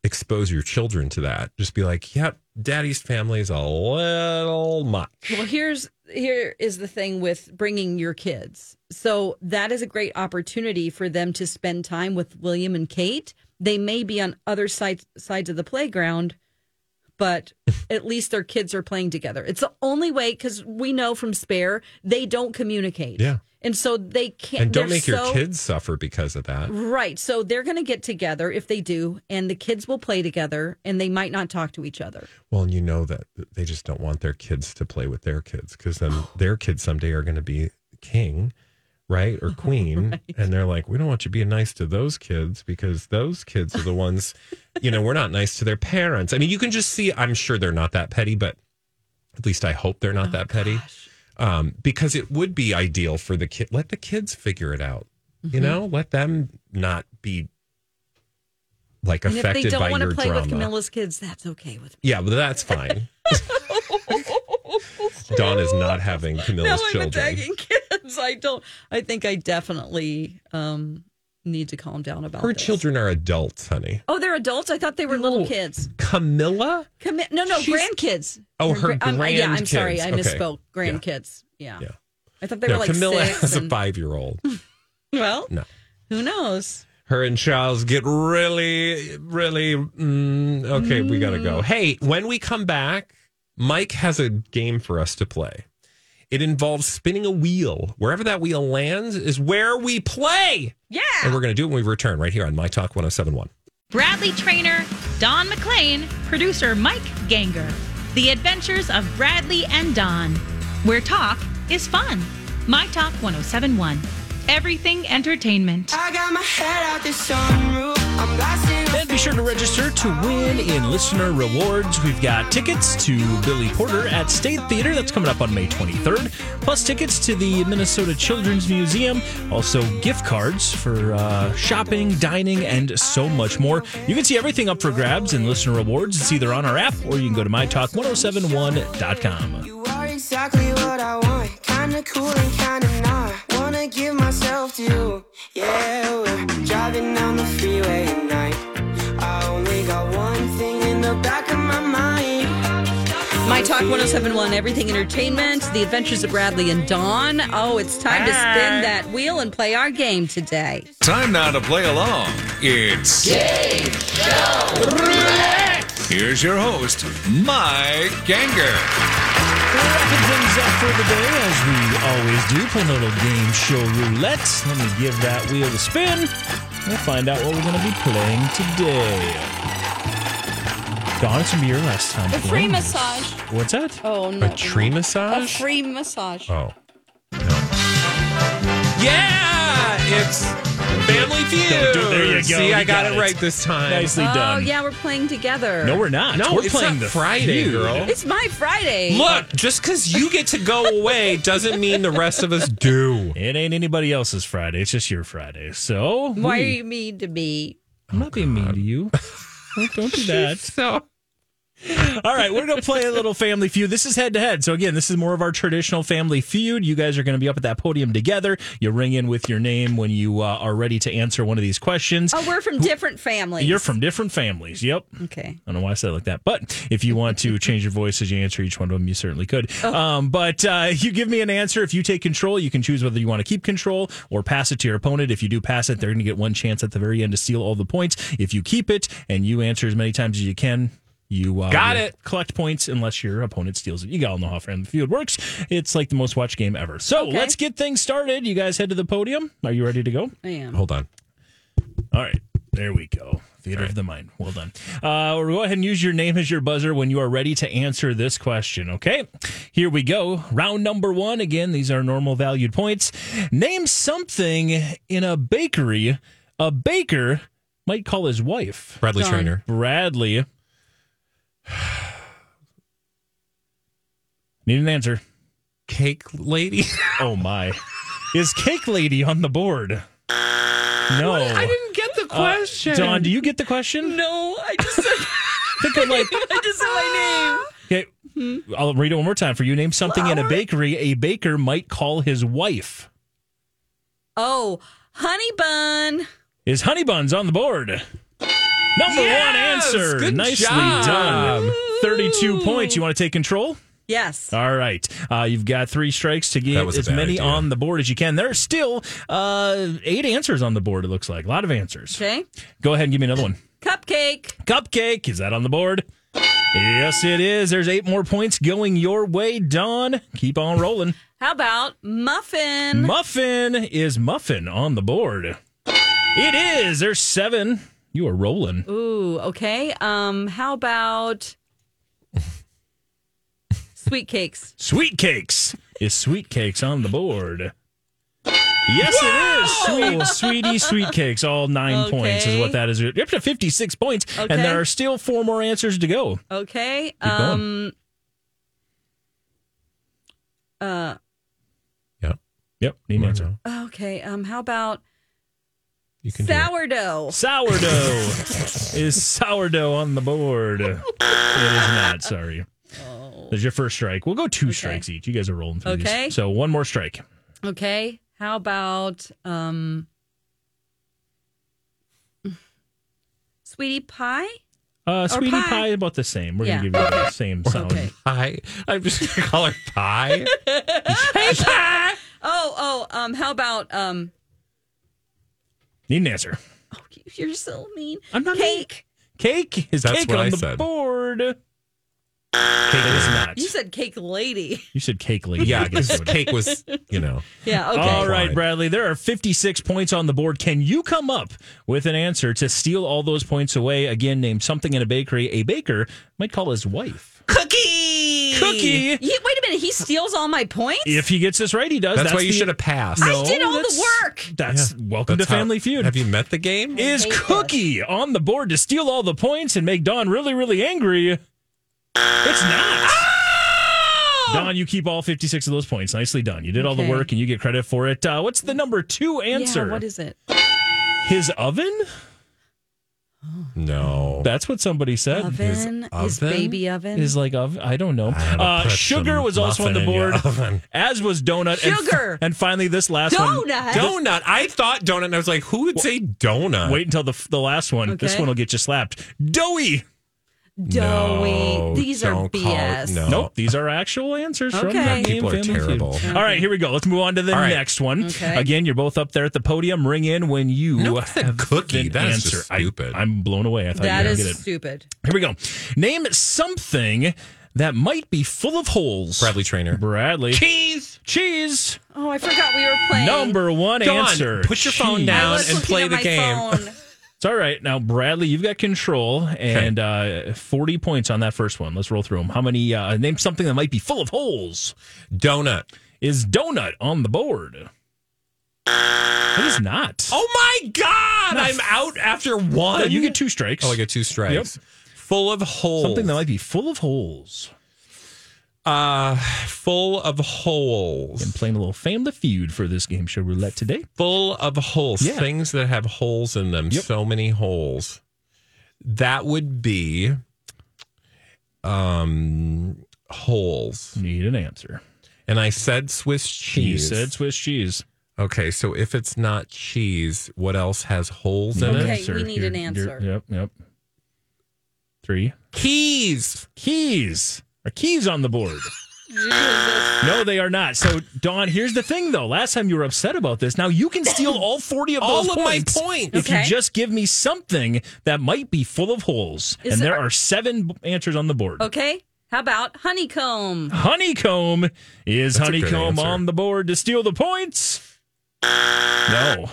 Speaker 2: expose your children to that? Just be like, yep, daddy's family is a little much.
Speaker 1: Well, here's here is the thing with bringing your kids. So that is a great opportunity for them to spend time with William and Kate. They may be on other sides sides of the playground, but at least their kids are playing together. It's the only way because we know from Spare they don't communicate.
Speaker 2: Yeah.
Speaker 1: and so they can't.
Speaker 2: And don't
Speaker 1: they're
Speaker 2: make your
Speaker 1: so-
Speaker 2: kids suffer because of that.
Speaker 1: Right. So they're going to get together if they do, and the kids will play together, and they might not talk to each other.
Speaker 2: Well, and you know that they just don't want their kids to play with their kids because then their kids someday are going to be king, right? Or queen. And they're like, we don't want you being nice to those kids because those kids are the ones, you know, we're not nice to their parents. I mean, you can just see, I'm sure they're not that petty, but at least I hope they're
Speaker 1: Oh,
Speaker 2: not that petty. Um, because it would be ideal for the kid, let the kids figure it out, you
Speaker 1: Mhm.
Speaker 2: know, let them not be like
Speaker 1: And if
Speaker 2: affected
Speaker 1: they don't
Speaker 2: by
Speaker 1: want to
Speaker 2: your
Speaker 1: play
Speaker 2: drama.
Speaker 1: with Camilla's kids, that's okay with me.
Speaker 2: Yeah, but that's fine. Dawn is not having
Speaker 1: now
Speaker 2: Camilla's
Speaker 1: I'm
Speaker 2: children.
Speaker 1: attacking kids. I don't. I think I definitely um, need to calm down about
Speaker 2: Her
Speaker 1: this.
Speaker 2: children are adults, honey.
Speaker 1: Oh, they're adults. I thought they were little kids.
Speaker 2: Camilla?
Speaker 1: Commi- no, no, grandkids.
Speaker 2: Oh, her
Speaker 1: gra- I'm- yeah, I'm sorry, I
Speaker 2: grandkids. Okay.
Speaker 1: misspoke.
Speaker 2: Yeah.
Speaker 1: Grandkids. Yeah.
Speaker 2: Yeah.
Speaker 1: I thought they
Speaker 2: no,
Speaker 1: were like
Speaker 2: Camilla
Speaker 1: six.
Speaker 2: has a
Speaker 1: and-
Speaker 2: five year old.
Speaker 1: well,
Speaker 2: No.
Speaker 1: who knows?
Speaker 2: Her and Charles get really, really. Mm, okay, we got to go. Hey, when we come back, Mike has a game for us to play. It involves spinning a wheel. Wherever that wheel lands is where we play.
Speaker 17: Yeah.
Speaker 2: And we're going to do it when we return right here on My Talk 1071.
Speaker 17: Bradley Trainer, Don McLean, producer Mike Ganger. The Adventures of Bradley and Don, where talk is fun. My Talk 1071. Everything entertainment. I got my head out the sunroof. I'm
Speaker 10: And be sure to register to win in listener rewards. We've got tickets to Billy Porter at State Theater. That's coming up on May 23rd. Plus tickets to the Minnesota Children's Museum. Also gift cards for uh, shopping, dining, and so much more. You can see everything up for grabs in listener rewards. It's either on our app or you can go to mytalk1071.com.
Speaker 9: You are exactly what I want. Kinda cool and kinda not. Wanna give myself to you. Yeah, we're driving down the freeway at night. I only got one thing in the back of my mind.
Speaker 1: My Talk 1071, Everything Entertainment, The Adventures of Bradley and Dawn. Oh, it's time to
Speaker 13: Ah.
Speaker 1: spin that wheel and play our game today.
Speaker 4: Time now to play along. It's
Speaker 1: Game
Speaker 4: Here's your host, Mike Ganger.
Speaker 10: Wrapping things up for the day, as we always do, playing a little game show roulette. Let me give that wheel a spin. We'll find out what we're going to be playing today. Dawn, it's going to be your last time.
Speaker 13: A free
Speaker 10: playing.
Speaker 13: massage.
Speaker 10: What's that?
Speaker 13: Oh, no.
Speaker 2: tree
Speaker 13: A
Speaker 2: massage?
Speaker 13: free massage.
Speaker 2: Oh. Yeah, it's Family Feud.
Speaker 10: do- there you go.
Speaker 2: See,
Speaker 10: You
Speaker 2: I got,
Speaker 10: got
Speaker 2: it
Speaker 10: it.
Speaker 2: right this time.
Speaker 10: Nicely
Speaker 1: oh,
Speaker 10: done.
Speaker 1: yeah, we're playing together.
Speaker 10: No, we're not.
Speaker 2: No,
Speaker 10: we're
Speaker 2: it's
Speaker 10: playing
Speaker 2: not
Speaker 10: the
Speaker 2: Friday,
Speaker 10: feud.
Speaker 2: girl.
Speaker 1: It's my Friday.
Speaker 2: Look, just because you get to go away doesn't mean the rest of us do.
Speaker 10: It ain't anybody else's Friday. It's just your Friday. So
Speaker 1: Why are
Speaker 10: we-
Speaker 1: you mean to me?
Speaker 10: I'm not being
Speaker 2: Oh,
Speaker 10: mean to you. Don't- Don't do that.
Speaker 2: so.
Speaker 10: All right, we're going to play a little family feud. This is head to head. So, again, this is more of our traditional family feud. You guys are going to be up at that podium together. You ring in with your name when you uh, are ready to answer one of these questions.
Speaker 1: Oh, we're from different families.
Speaker 10: You're from different families. Yep.
Speaker 1: Okay.
Speaker 10: I don't know why I said it like that, but if you want to change your voice as you answer each one of them, you certainly could.
Speaker 1: Oh.
Speaker 10: Um, but uh, you give me an answer. If you take control, you can choose whether you want to keep control or pass it to your opponent. If you do pass it, they're going to get one chance at the very end to steal all the points. If you keep it and you answer as many times as you can, you uh,
Speaker 2: Got it.
Speaker 10: Collect points unless your opponent steals it. You all know how Friend of the Field works. It's like the most watched game ever. So
Speaker 1: Okay.
Speaker 10: let's get things started. You guys head to the podium. Are you ready to go?
Speaker 1: I am.
Speaker 2: Hold on.
Speaker 10: All right. There we go. Theater of the mind. Well done. Uh, we'll go ahead and use your name as your buzzer when you are ready to answer this question. Okay. Here we go. Round number one. Again, these are normal valued points. Name something in a bakery a baker might call his wife.
Speaker 2: Bradley
Speaker 1: Darn.
Speaker 2: Trainer.
Speaker 10: Bradley. Need an answer.
Speaker 2: Cake lady.
Speaker 10: Oh, my. Is Cake Lady on the board? No.
Speaker 2: I didn't get the question.
Speaker 10: Don, do you get the question?
Speaker 1: No, I just said,
Speaker 10: Think of like,
Speaker 1: I just said my name.
Speaker 10: okay, I'll read it one more time for you. Name something in a bakery a baker might call his wife.
Speaker 1: Oh, honey bun.
Speaker 10: Is honey buns on the board? Number
Speaker 1: Yes!
Speaker 10: one answer.
Speaker 1: Good
Speaker 10: Nicely
Speaker 1: job.
Speaker 10: done. 32 points. You want to take control?
Speaker 1: Yes.
Speaker 10: All right. Uh, you've got three strikes to get
Speaker 2: was a
Speaker 10: as
Speaker 2: bad
Speaker 10: many
Speaker 2: idea.
Speaker 10: on the board as you can. There are still uh, eight answers on the board, it looks like. A lot of answers.
Speaker 1: Okay.
Speaker 10: Go ahead and give me another one.
Speaker 1: Cupcake.
Speaker 10: Cupcake, is that on the board? Yes, it is. There's eight more points going your way, Don. Keep on rolling.
Speaker 1: How about muffin?
Speaker 10: Muffin is muffin on the board. It is. There's seven. You are rolling.
Speaker 1: Ooh, okay. Um, how about sweet cakes?
Speaker 10: Sweet cakes. Is sweet cakes on the board? Yes, it is. Sweet, sweetie, sweet cakes. All nine points is
Speaker 1: Okay.
Speaker 10: what that is. You're up to 56 points,
Speaker 1: Okay.
Speaker 10: and there are still four more answers to go.
Speaker 1: Okay.
Speaker 10: going.
Speaker 1: Um uh
Speaker 10: Yep. Need an answer.
Speaker 1: okay. Um how about
Speaker 10: You can do it.
Speaker 1: sourdough?
Speaker 10: Sourdough is sourdough on the board. It is not. Sorry. There's your first strike. We'll go two strikes each. You guys are rolling through these.
Speaker 1: Okay.
Speaker 10: So one more strike.
Speaker 1: Okay. How about um sweetie pie?
Speaker 10: Uh,
Speaker 1: Or
Speaker 10: sweetie pie.
Speaker 1: pie.
Speaker 10: about the same. We're
Speaker 1: Yeah.
Speaker 10: gonna give you the same sound.
Speaker 1: Okay.
Speaker 2: Pie. I'm just gonna call her pie.
Speaker 1: Oh, oh, um how about um
Speaker 10: Need an answer.
Speaker 1: you're so mean.
Speaker 10: I'm not
Speaker 1: cake.
Speaker 10: Cake is
Speaker 2: That's
Speaker 10: cake
Speaker 2: what
Speaker 10: on
Speaker 2: I
Speaker 10: the
Speaker 2: said.
Speaker 10: board. Cake is not.
Speaker 1: You said cake lady.
Speaker 10: You said cake lady.
Speaker 2: Yeah,
Speaker 10: I guess
Speaker 2: because
Speaker 10: it would-
Speaker 2: cake was, you know.
Speaker 1: Yeah, okay.
Speaker 10: All right, Bradley. There are 56 points on the board. Can you come up with an answer to steal all those points away? Again, name something in a bakery. A baker might call his wife.
Speaker 1: Cookie.
Speaker 10: Cookie.
Speaker 1: Ye- wait a minute. He steals all my points.
Speaker 10: If he gets this right, he does.
Speaker 2: That's why you
Speaker 10: the-
Speaker 2: should have passed.
Speaker 1: I did all
Speaker 10: that's-
Speaker 1: the work.
Speaker 10: That's welcome
Speaker 2: That's
Speaker 10: to
Speaker 2: how-
Speaker 10: Family Feud.
Speaker 2: Have you met the game?
Speaker 10: is Cookie on the board to steal all the points and make Don really, really angry? It's
Speaker 1: Ah!
Speaker 10: not. Ah! Don, you keep all 56 of those points. Nicely done. You did all the
Speaker 1: Okay.
Speaker 10: work and you get credit for it. Uh, what's the number two answer?
Speaker 1: Yeah, what is it?
Speaker 10: His oven?
Speaker 2: No.
Speaker 10: That's what somebody said.
Speaker 1: Oven. His,
Speaker 2: oven?
Speaker 1: baby oven.
Speaker 10: Is like oven. I don't know.
Speaker 2: I'm gonna
Speaker 10: Uh,
Speaker 2: put
Speaker 10: sugar
Speaker 2: some
Speaker 10: was also on the
Speaker 2: muffin in your
Speaker 10: board,
Speaker 2: oven.
Speaker 10: as was donut. and-
Speaker 1: Sugar.
Speaker 10: and, finally this last one.
Speaker 1: Donut?
Speaker 2: Donut. I thought donut, and I was like, who would say donut?
Speaker 10: Wait until the the last one. This
Speaker 1: Okay.
Speaker 10: one will get you slapped. Doughy.
Speaker 1: Doughy. These are
Speaker 2: Oh, don't call-
Speaker 1: BS.
Speaker 2: no.
Speaker 10: Nope, these are actual answers from
Speaker 1: Okay.
Speaker 10: that game.
Speaker 2: People are
Speaker 10: Family Feud.
Speaker 2: terrible.
Speaker 10: All right, here we go. Let's move on to the
Speaker 2: All right.
Speaker 10: next one.
Speaker 1: Okay.
Speaker 10: Again, you're both up there at the podium. Ring in when you
Speaker 2: No, it's the
Speaker 10: have
Speaker 2: cookie.
Speaker 10: an
Speaker 2: That is
Speaker 10: answer.
Speaker 2: just stupid.
Speaker 10: I, am blown away. I thought
Speaker 1: That
Speaker 10: you were
Speaker 1: is
Speaker 10: going to get it.
Speaker 1: stupid.
Speaker 10: Here we go. Name something that might be full of holes.
Speaker 2: Bradley Trainer.
Speaker 10: Bradley.
Speaker 2: Cheese.
Speaker 10: Cheese.
Speaker 1: Oh, I forgot we were playing.
Speaker 10: Number one
Speaker 2: Don,
Speaker 10: answer.
Speaker 2: put your phone
Speaker 10: Cheese.
Speaker 2: down
Speaker 1: I was
Speaker 2: and
Speaker 1: looking
Speaker 2: play
Speaker 1: at
Speaker 2: the
Speaker 1: my
Speaker 2: game.
Speaker 1: phone.
Speaker 10: It's all right. Now, Bradley, you've got control and uh, 40 points on that first one. Let's roll through them. How many? Uh, name something that might be full of holes.
Speaker 2: Donut.
Speaker 10: Is donut on the board? It is not.
Speaker 2: Oh my God! I'm out after
Speaker 10: No,
Speaker 2: one.
Speaker 10: you get two strikes.
Speaker 2: Oh, I get two strikes. Full of holes.
Speaker 10: Something that might be full of holes.
Speaker 2: Uh, full of
Speaker 10: Been
Speaker 2: holes.
Speaker 10: playing a little family feud for this game show roulette today.
Speaker 2: Full of holes.
Speaker 10: Yeah.
Speaker 2: Things that have holes in them.
Speaker 10: Yep.
Speaker 2: So many holes. That would be um holes.
Speaker 10: Need an answer.
Speaker 2: And I said Swiss
Speaker 10: You
Speaker 2: cheese.
Speaker 10: said Swiss cheese.
Speaker 2: okay, so if it's not cheese, what else has holes in
Speaker 10: Need an
Speaker 2: it?
Speaker 1: Okay. we need an answer.
Speaker 10: yep, yep. Three
Speaker 2: Keys.
Speaker 10: keys. Are keys on the board?
Speaker 1: Jesus.
Speaker 10: No, they are not. So, Don, here's the thing, though. Last time you were upset about this. Now you can steal all 40 of
Speaker 2: All
Speaker 10: those
Speaker 2: of my
Speaker 10: points.
Speaker 2: points.
Speaker 10: If
Speaker 1: Okay.
Speaker 10: you just give me something that might be full of holes.
Speaker 1: Is
Speaker 10: and there
Speaker 1: there-
Speaker 10: are seven b- answers on the board.
Speaker 1: Okay. How about honeycomb?
Speaker 10: Honeycomb is
Speaker 2: That's a good
Speaker 10: honeycomb
Speaker 2: answer.
Speaker 10: on the board to steal the points. No,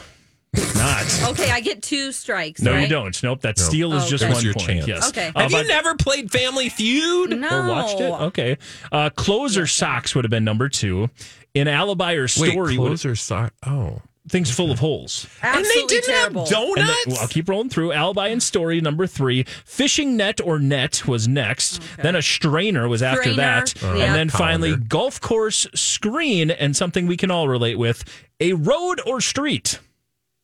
Speaker 10: it's not.
Speaker 1: Okay, I get two strikes.
Speaker 10: No,
Speaker 1: right?
Speaker 10: you don't. Nope, that
Speaker 2: No.
Speaker 10: steal is
Speaker 1: Oh,
Speaker 10: just
Speaker 1: okay.
Speaker 10: one
Speaker 2: Your
Speaker 10: point.
Speaker 2: chance.
Speaker 10: Yes.
Speaker 1: Okay.
Speaker 10: Uh,
Speaker 2: Have you
Speaker 10: but-
Speaker 2: never played Family Feud?
Speaker 1: No.
Speaker 10: or watched it? Okay. Uh, clothes or socks would have been number two. In alibi or
Speaker 2: Wait,
Speaker 10: story, would-
Speaker 2: clothes are so- Oh.
Speaker 10: things full of holes.
Speaker 1: Absolutely
Speaker 2: and they didn't
Speaker 1: terrible.
Speaker 2: have donuts?
Speaker 10: And then- well, I'll keep rolling through. Alibi and story number three. Fishing net or net was next. Then a strainer was after
Speaker 1: Strainer,
Speaker 10: that.
Speaker 1: Uh, yeah.
Speaker 10: and then finally,
Speaker 2: Colander.
Speaker 10: golf course screen and something we can all relate with. A road or street.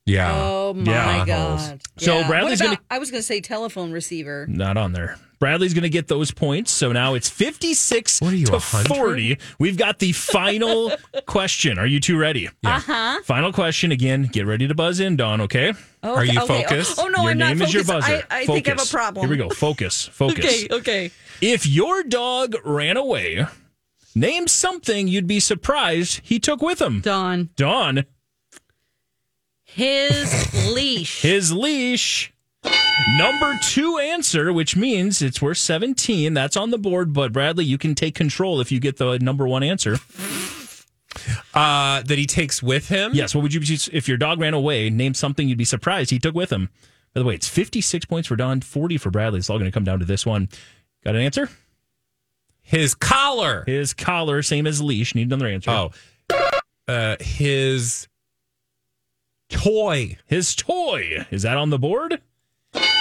Speaker 2: Yeah.
Speaker 1: Oh my
Speaker 10: Yeah.
Speaker 1: god.
Speaker 10: So
Speaker 1: Yeah.
Speaker 10: Bradley's
Speaker 1: What
Speaker 10: gonna-
Speaker 1: about- I was going to say telephone receiver.
Speaker 10: Not on there. Bradley's going to get those points. So now it's 56 to 40. We've got the final question. Are you two ready?
Speaker 13: Uh huh.
Speaker 10: Final question again. Get ready to buzz in, Dawn, okay? Are you
Speaker 13: okay.
Speaker 10: focused?
Speaker 13: Oh, no,
Speaker 10: your
Speaker 13: I'm not
Speaker 10: name is your
Speaker 13: focused.
Speaker 10: buzzer.
Speaker 13: I- I think I have a
Speaker 10: Focus.
Speaker 13: problem.
Speaker 10: Here we go. Focus. Focus.
Speaker 13: Okay, okay.
Speaker 10: If your dog ran away, name something you'd be surprised he took with him.
Speaker 1: Dawn.
Speaker 10: Dawn.
Speaker 1: His leash.
Speaker 10: His leash. Number two answer, which means it's worth 17. That's on the board, but Bradley, you can take control if you get the number one answer.
Speaker 2: Uh, that he takes with him?
Speaker 10: Yes. What would you, if your dog ran away, name something you'd be surprised he took with him? By the way, it's 56 points for Don, 40 for Bradley. It's all going to come down to this one. Got an answer?
Speaker 2: His collar.
Speaker 10: His collar, same as leash. Need another answer.
Speaker 2: Oh. Uh, his toy.
Speaker 10: His toy. Is that on the board?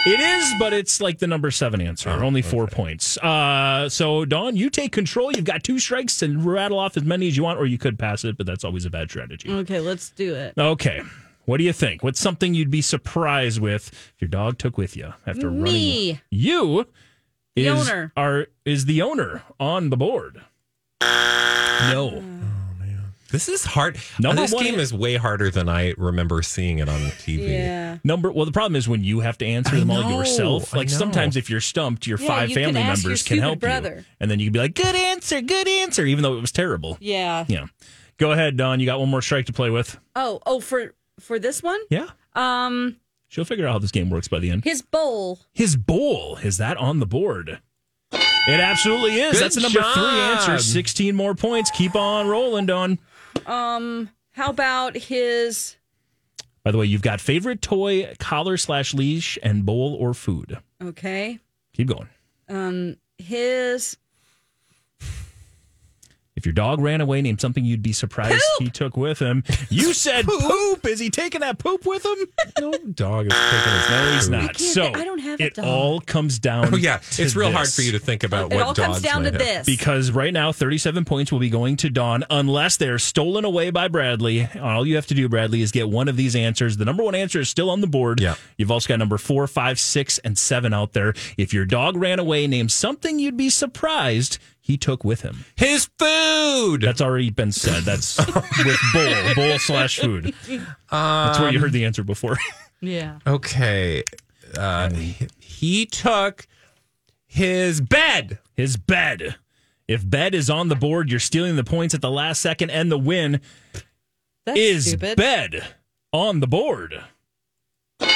Speaker 10: It is, but it's like the number seven answer. Only four points. Uh, so, Don, you take control. You've got two strikes and rattle off as many as you want, or you could pass it, but that's always a bad strategy.
Speaker 1: Okay, let's do it.
Speaker 10: Okay. What do you think? What's something you'd be surprised with if your dog took with you after running?
Speaker 1: Me.
Speaker 10: You
Speaker 1: The
Speaker 10: is,
Speaker 1: owner.
Speaker 10: Are, is the owner on the board? No.
Speaker 2: This is hard.
Speaker 10: Number
Speaker 2: this
Speaker 10: one-
Speaker 2: game is way harder than I remember seeing it on TV.
Speaker 1: Yeah.
Speaker 10: Number well, the problem is when you have to answer them all
Speaker 2: know,
Speaker 10: yourself.
Speaker 2: I
Speaker 10: Like
Speaker 2: know.
Speaker 10: sometimes if you're stumped, your
Speaker 1: Yeah,
Speaker 10: five
Speaker 1: you can
Speaker 10: family
Speaker 1: ask your
Speaker 10: members can
Speaker 1: stupid
Speaker 10: help you,
Speaker 1: brother.
Speaker 10: and then you can be like, "Good answer, good answer," even though it was terrible.
Speaker 1: Yeah.
Speaker 10: Yeah. Go ahead, Don. You got one more strike to play with.
Speaker 1: Oh, oh for for this one?
Speaker 10: Yeah.
Speaker 1: Um
Speaker 10: She'll figure out how this game works by the end.
Speaker 1: his bowl.
Speaker 10: His bowl is that on the board? It absolutely is.
Speaker 1: Good
Speaker 10: That's the number three
Speaker 1: job.
Speaker 10: answer. Sixteen more points. Keep on rolling, Don.
Speaker 1: Um how about his
Speaker 10: By the way, you've got favorite toy, collar slash leash, and bowl or food.
Speaker 1: okay?
Speaker 10: Keep going.
Speaker 1: Um his
Speaker 10: If your dog ran away, name something you'd be surprised he took with him. You said poop. Is he taking that poop with him?
Speaker 2: No dog is taking his
Speaker 10: No, he's
Speaker 2: food.
Speaker 10: not. So
Speaker 1: I don't have a
Speaker 10: it
Speaker 1: dog.
Speaker 10: all comes down.
Speaker 2: Oh, yeah.
Speaker 10: to
Speaker 2: It's real hard
Speaker 10: this.
Speaker 2: for you to think about
Speaker 1: It
Speaker 2: what
Speaker 1: all comes
Speaker 2: dogs
Speaker 1: down
Speaker 2: might
Speaker 1: to
Speaker 2: have.
Speaker 1: this.
Speaker 10: Because right now, 37 points will be going to Dawn unless they're stolen away by Bradley. All you have to do, Bradley, is get one of these answers. The number one answer is still on the board. Yeah. You've also got number four, five, six, and seven out there. If your dog ran away, name something you'd be surprised he took with him.
Speaker 2: His food.
Speaker 10: That's already been said. That's with bowl, bowl slash food. That's where you
Speaker 2: Um,
Speaker 10: heard the answer before.
Speaker 1: Yeah.
Speaker 2: Okay. Uh, he, he took his bed.
Speaker 10: His bed. If bed is on the board, you're stealing the points at the last second and the win.
Speaker 1: That's
Speaker 10: is
Speaker 1: stupid.
Speaker 10: bed on the board?
Speaker 1: I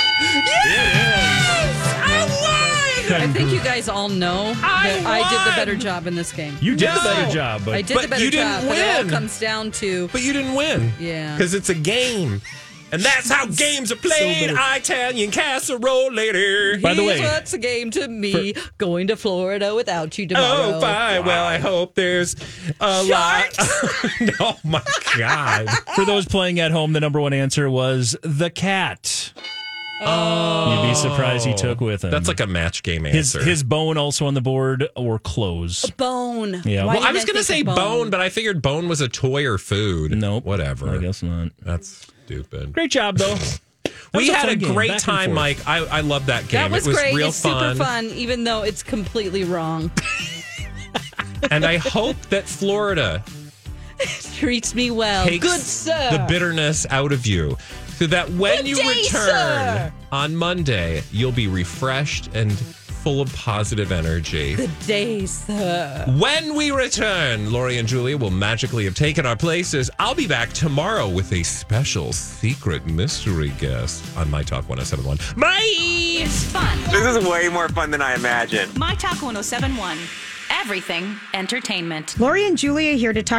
Speaker 1: think you guys all know that I did the better job in this game.
Speaker 10: You did the better job, but-
Speaker 1: I did
Speaker 10: But
Speaker 1: the better
Speaker 10: you didn't
Speaker 1: job. But it all
Speaker 10: win.
Speaker 1: comes down to
Speaker 2: But you didn't win.
Speaker 1: Yeah.
Speaker 2: Because it's a game. And that's how games are played. Italian casserole later.
Speaker 1: By the way, what's a game to me going to Florida without you tomorrow.
Speaker 2: Oh, fine. Well, I hope there's a lot. oh, my God.
Speaker 10: For those playing at home, the number one answer was the cat.
Speaker 1: Oh.
Speaker 10: You'd be surprised he took with him.
Speaker 2: That's like a match game
Speaker 10: his
Speaker 2: answer.
Speaker 10: his bone also on the board or clothes.
Speaker 1: Bone.
Speaker 10: Yeah. Why
Speaker 2: well, I
Speaker 1: did
Speaker 2: was
Speaker 1: I
Speaker 2: going
Speaker 1: think
Speaker 2: to say
Speaker 1: of
Speaker 2: bone.
Speaker 1: bone?
Speaker 2: but I figured bone was a toy or food. No, Whatever.
Speaker 10: I guess not.
Speaker 2: That's stupid.
Speaker 10: Great job though.
Speaker 2: we
Speaker 10: was a
Speaker 2: had
Speaker 10: fun
Speaker 2: a
Speaker 10: game,
Speaker 2: great
Speaker 10: back and
Speaker 2: time,
Speaker 10: forth.
Speaker 2: Mike. I, I love that game.
Speaker 1: That was,
Speaker 2: it was
Speaker 1: great.
Speaker 2: real
Speaker 1: it's super fun, even though it's completely wrong.
Speaker 2: and I hope that Florida
Speaker 1: Treats me well.
Speaker 2: takes
Speaker 1: Good sir.
Speaker 2: the bitterness out of you so that when
Speaker 1: Good
Speaker 2: you
Speaker 1: day,
Speaker 2: return
Speaker 1: sir.
Speaker 2: on Monday, you'll be refreshed and full of positive energy.
Speaker 1: Good day, sir.
Speaker 2: When we return, Lori and Julia will magically have taken our places. I'll be back tomorrow with a special secret mystery guest on My Talk 1071. Bye!
Speaker 17: It's fun.
Speaker 14: This is way more fun than I imagined.
Speaker 17: My Talk 1071. Everything entertainment.
Speaker 18: Lori and Julia here to talk.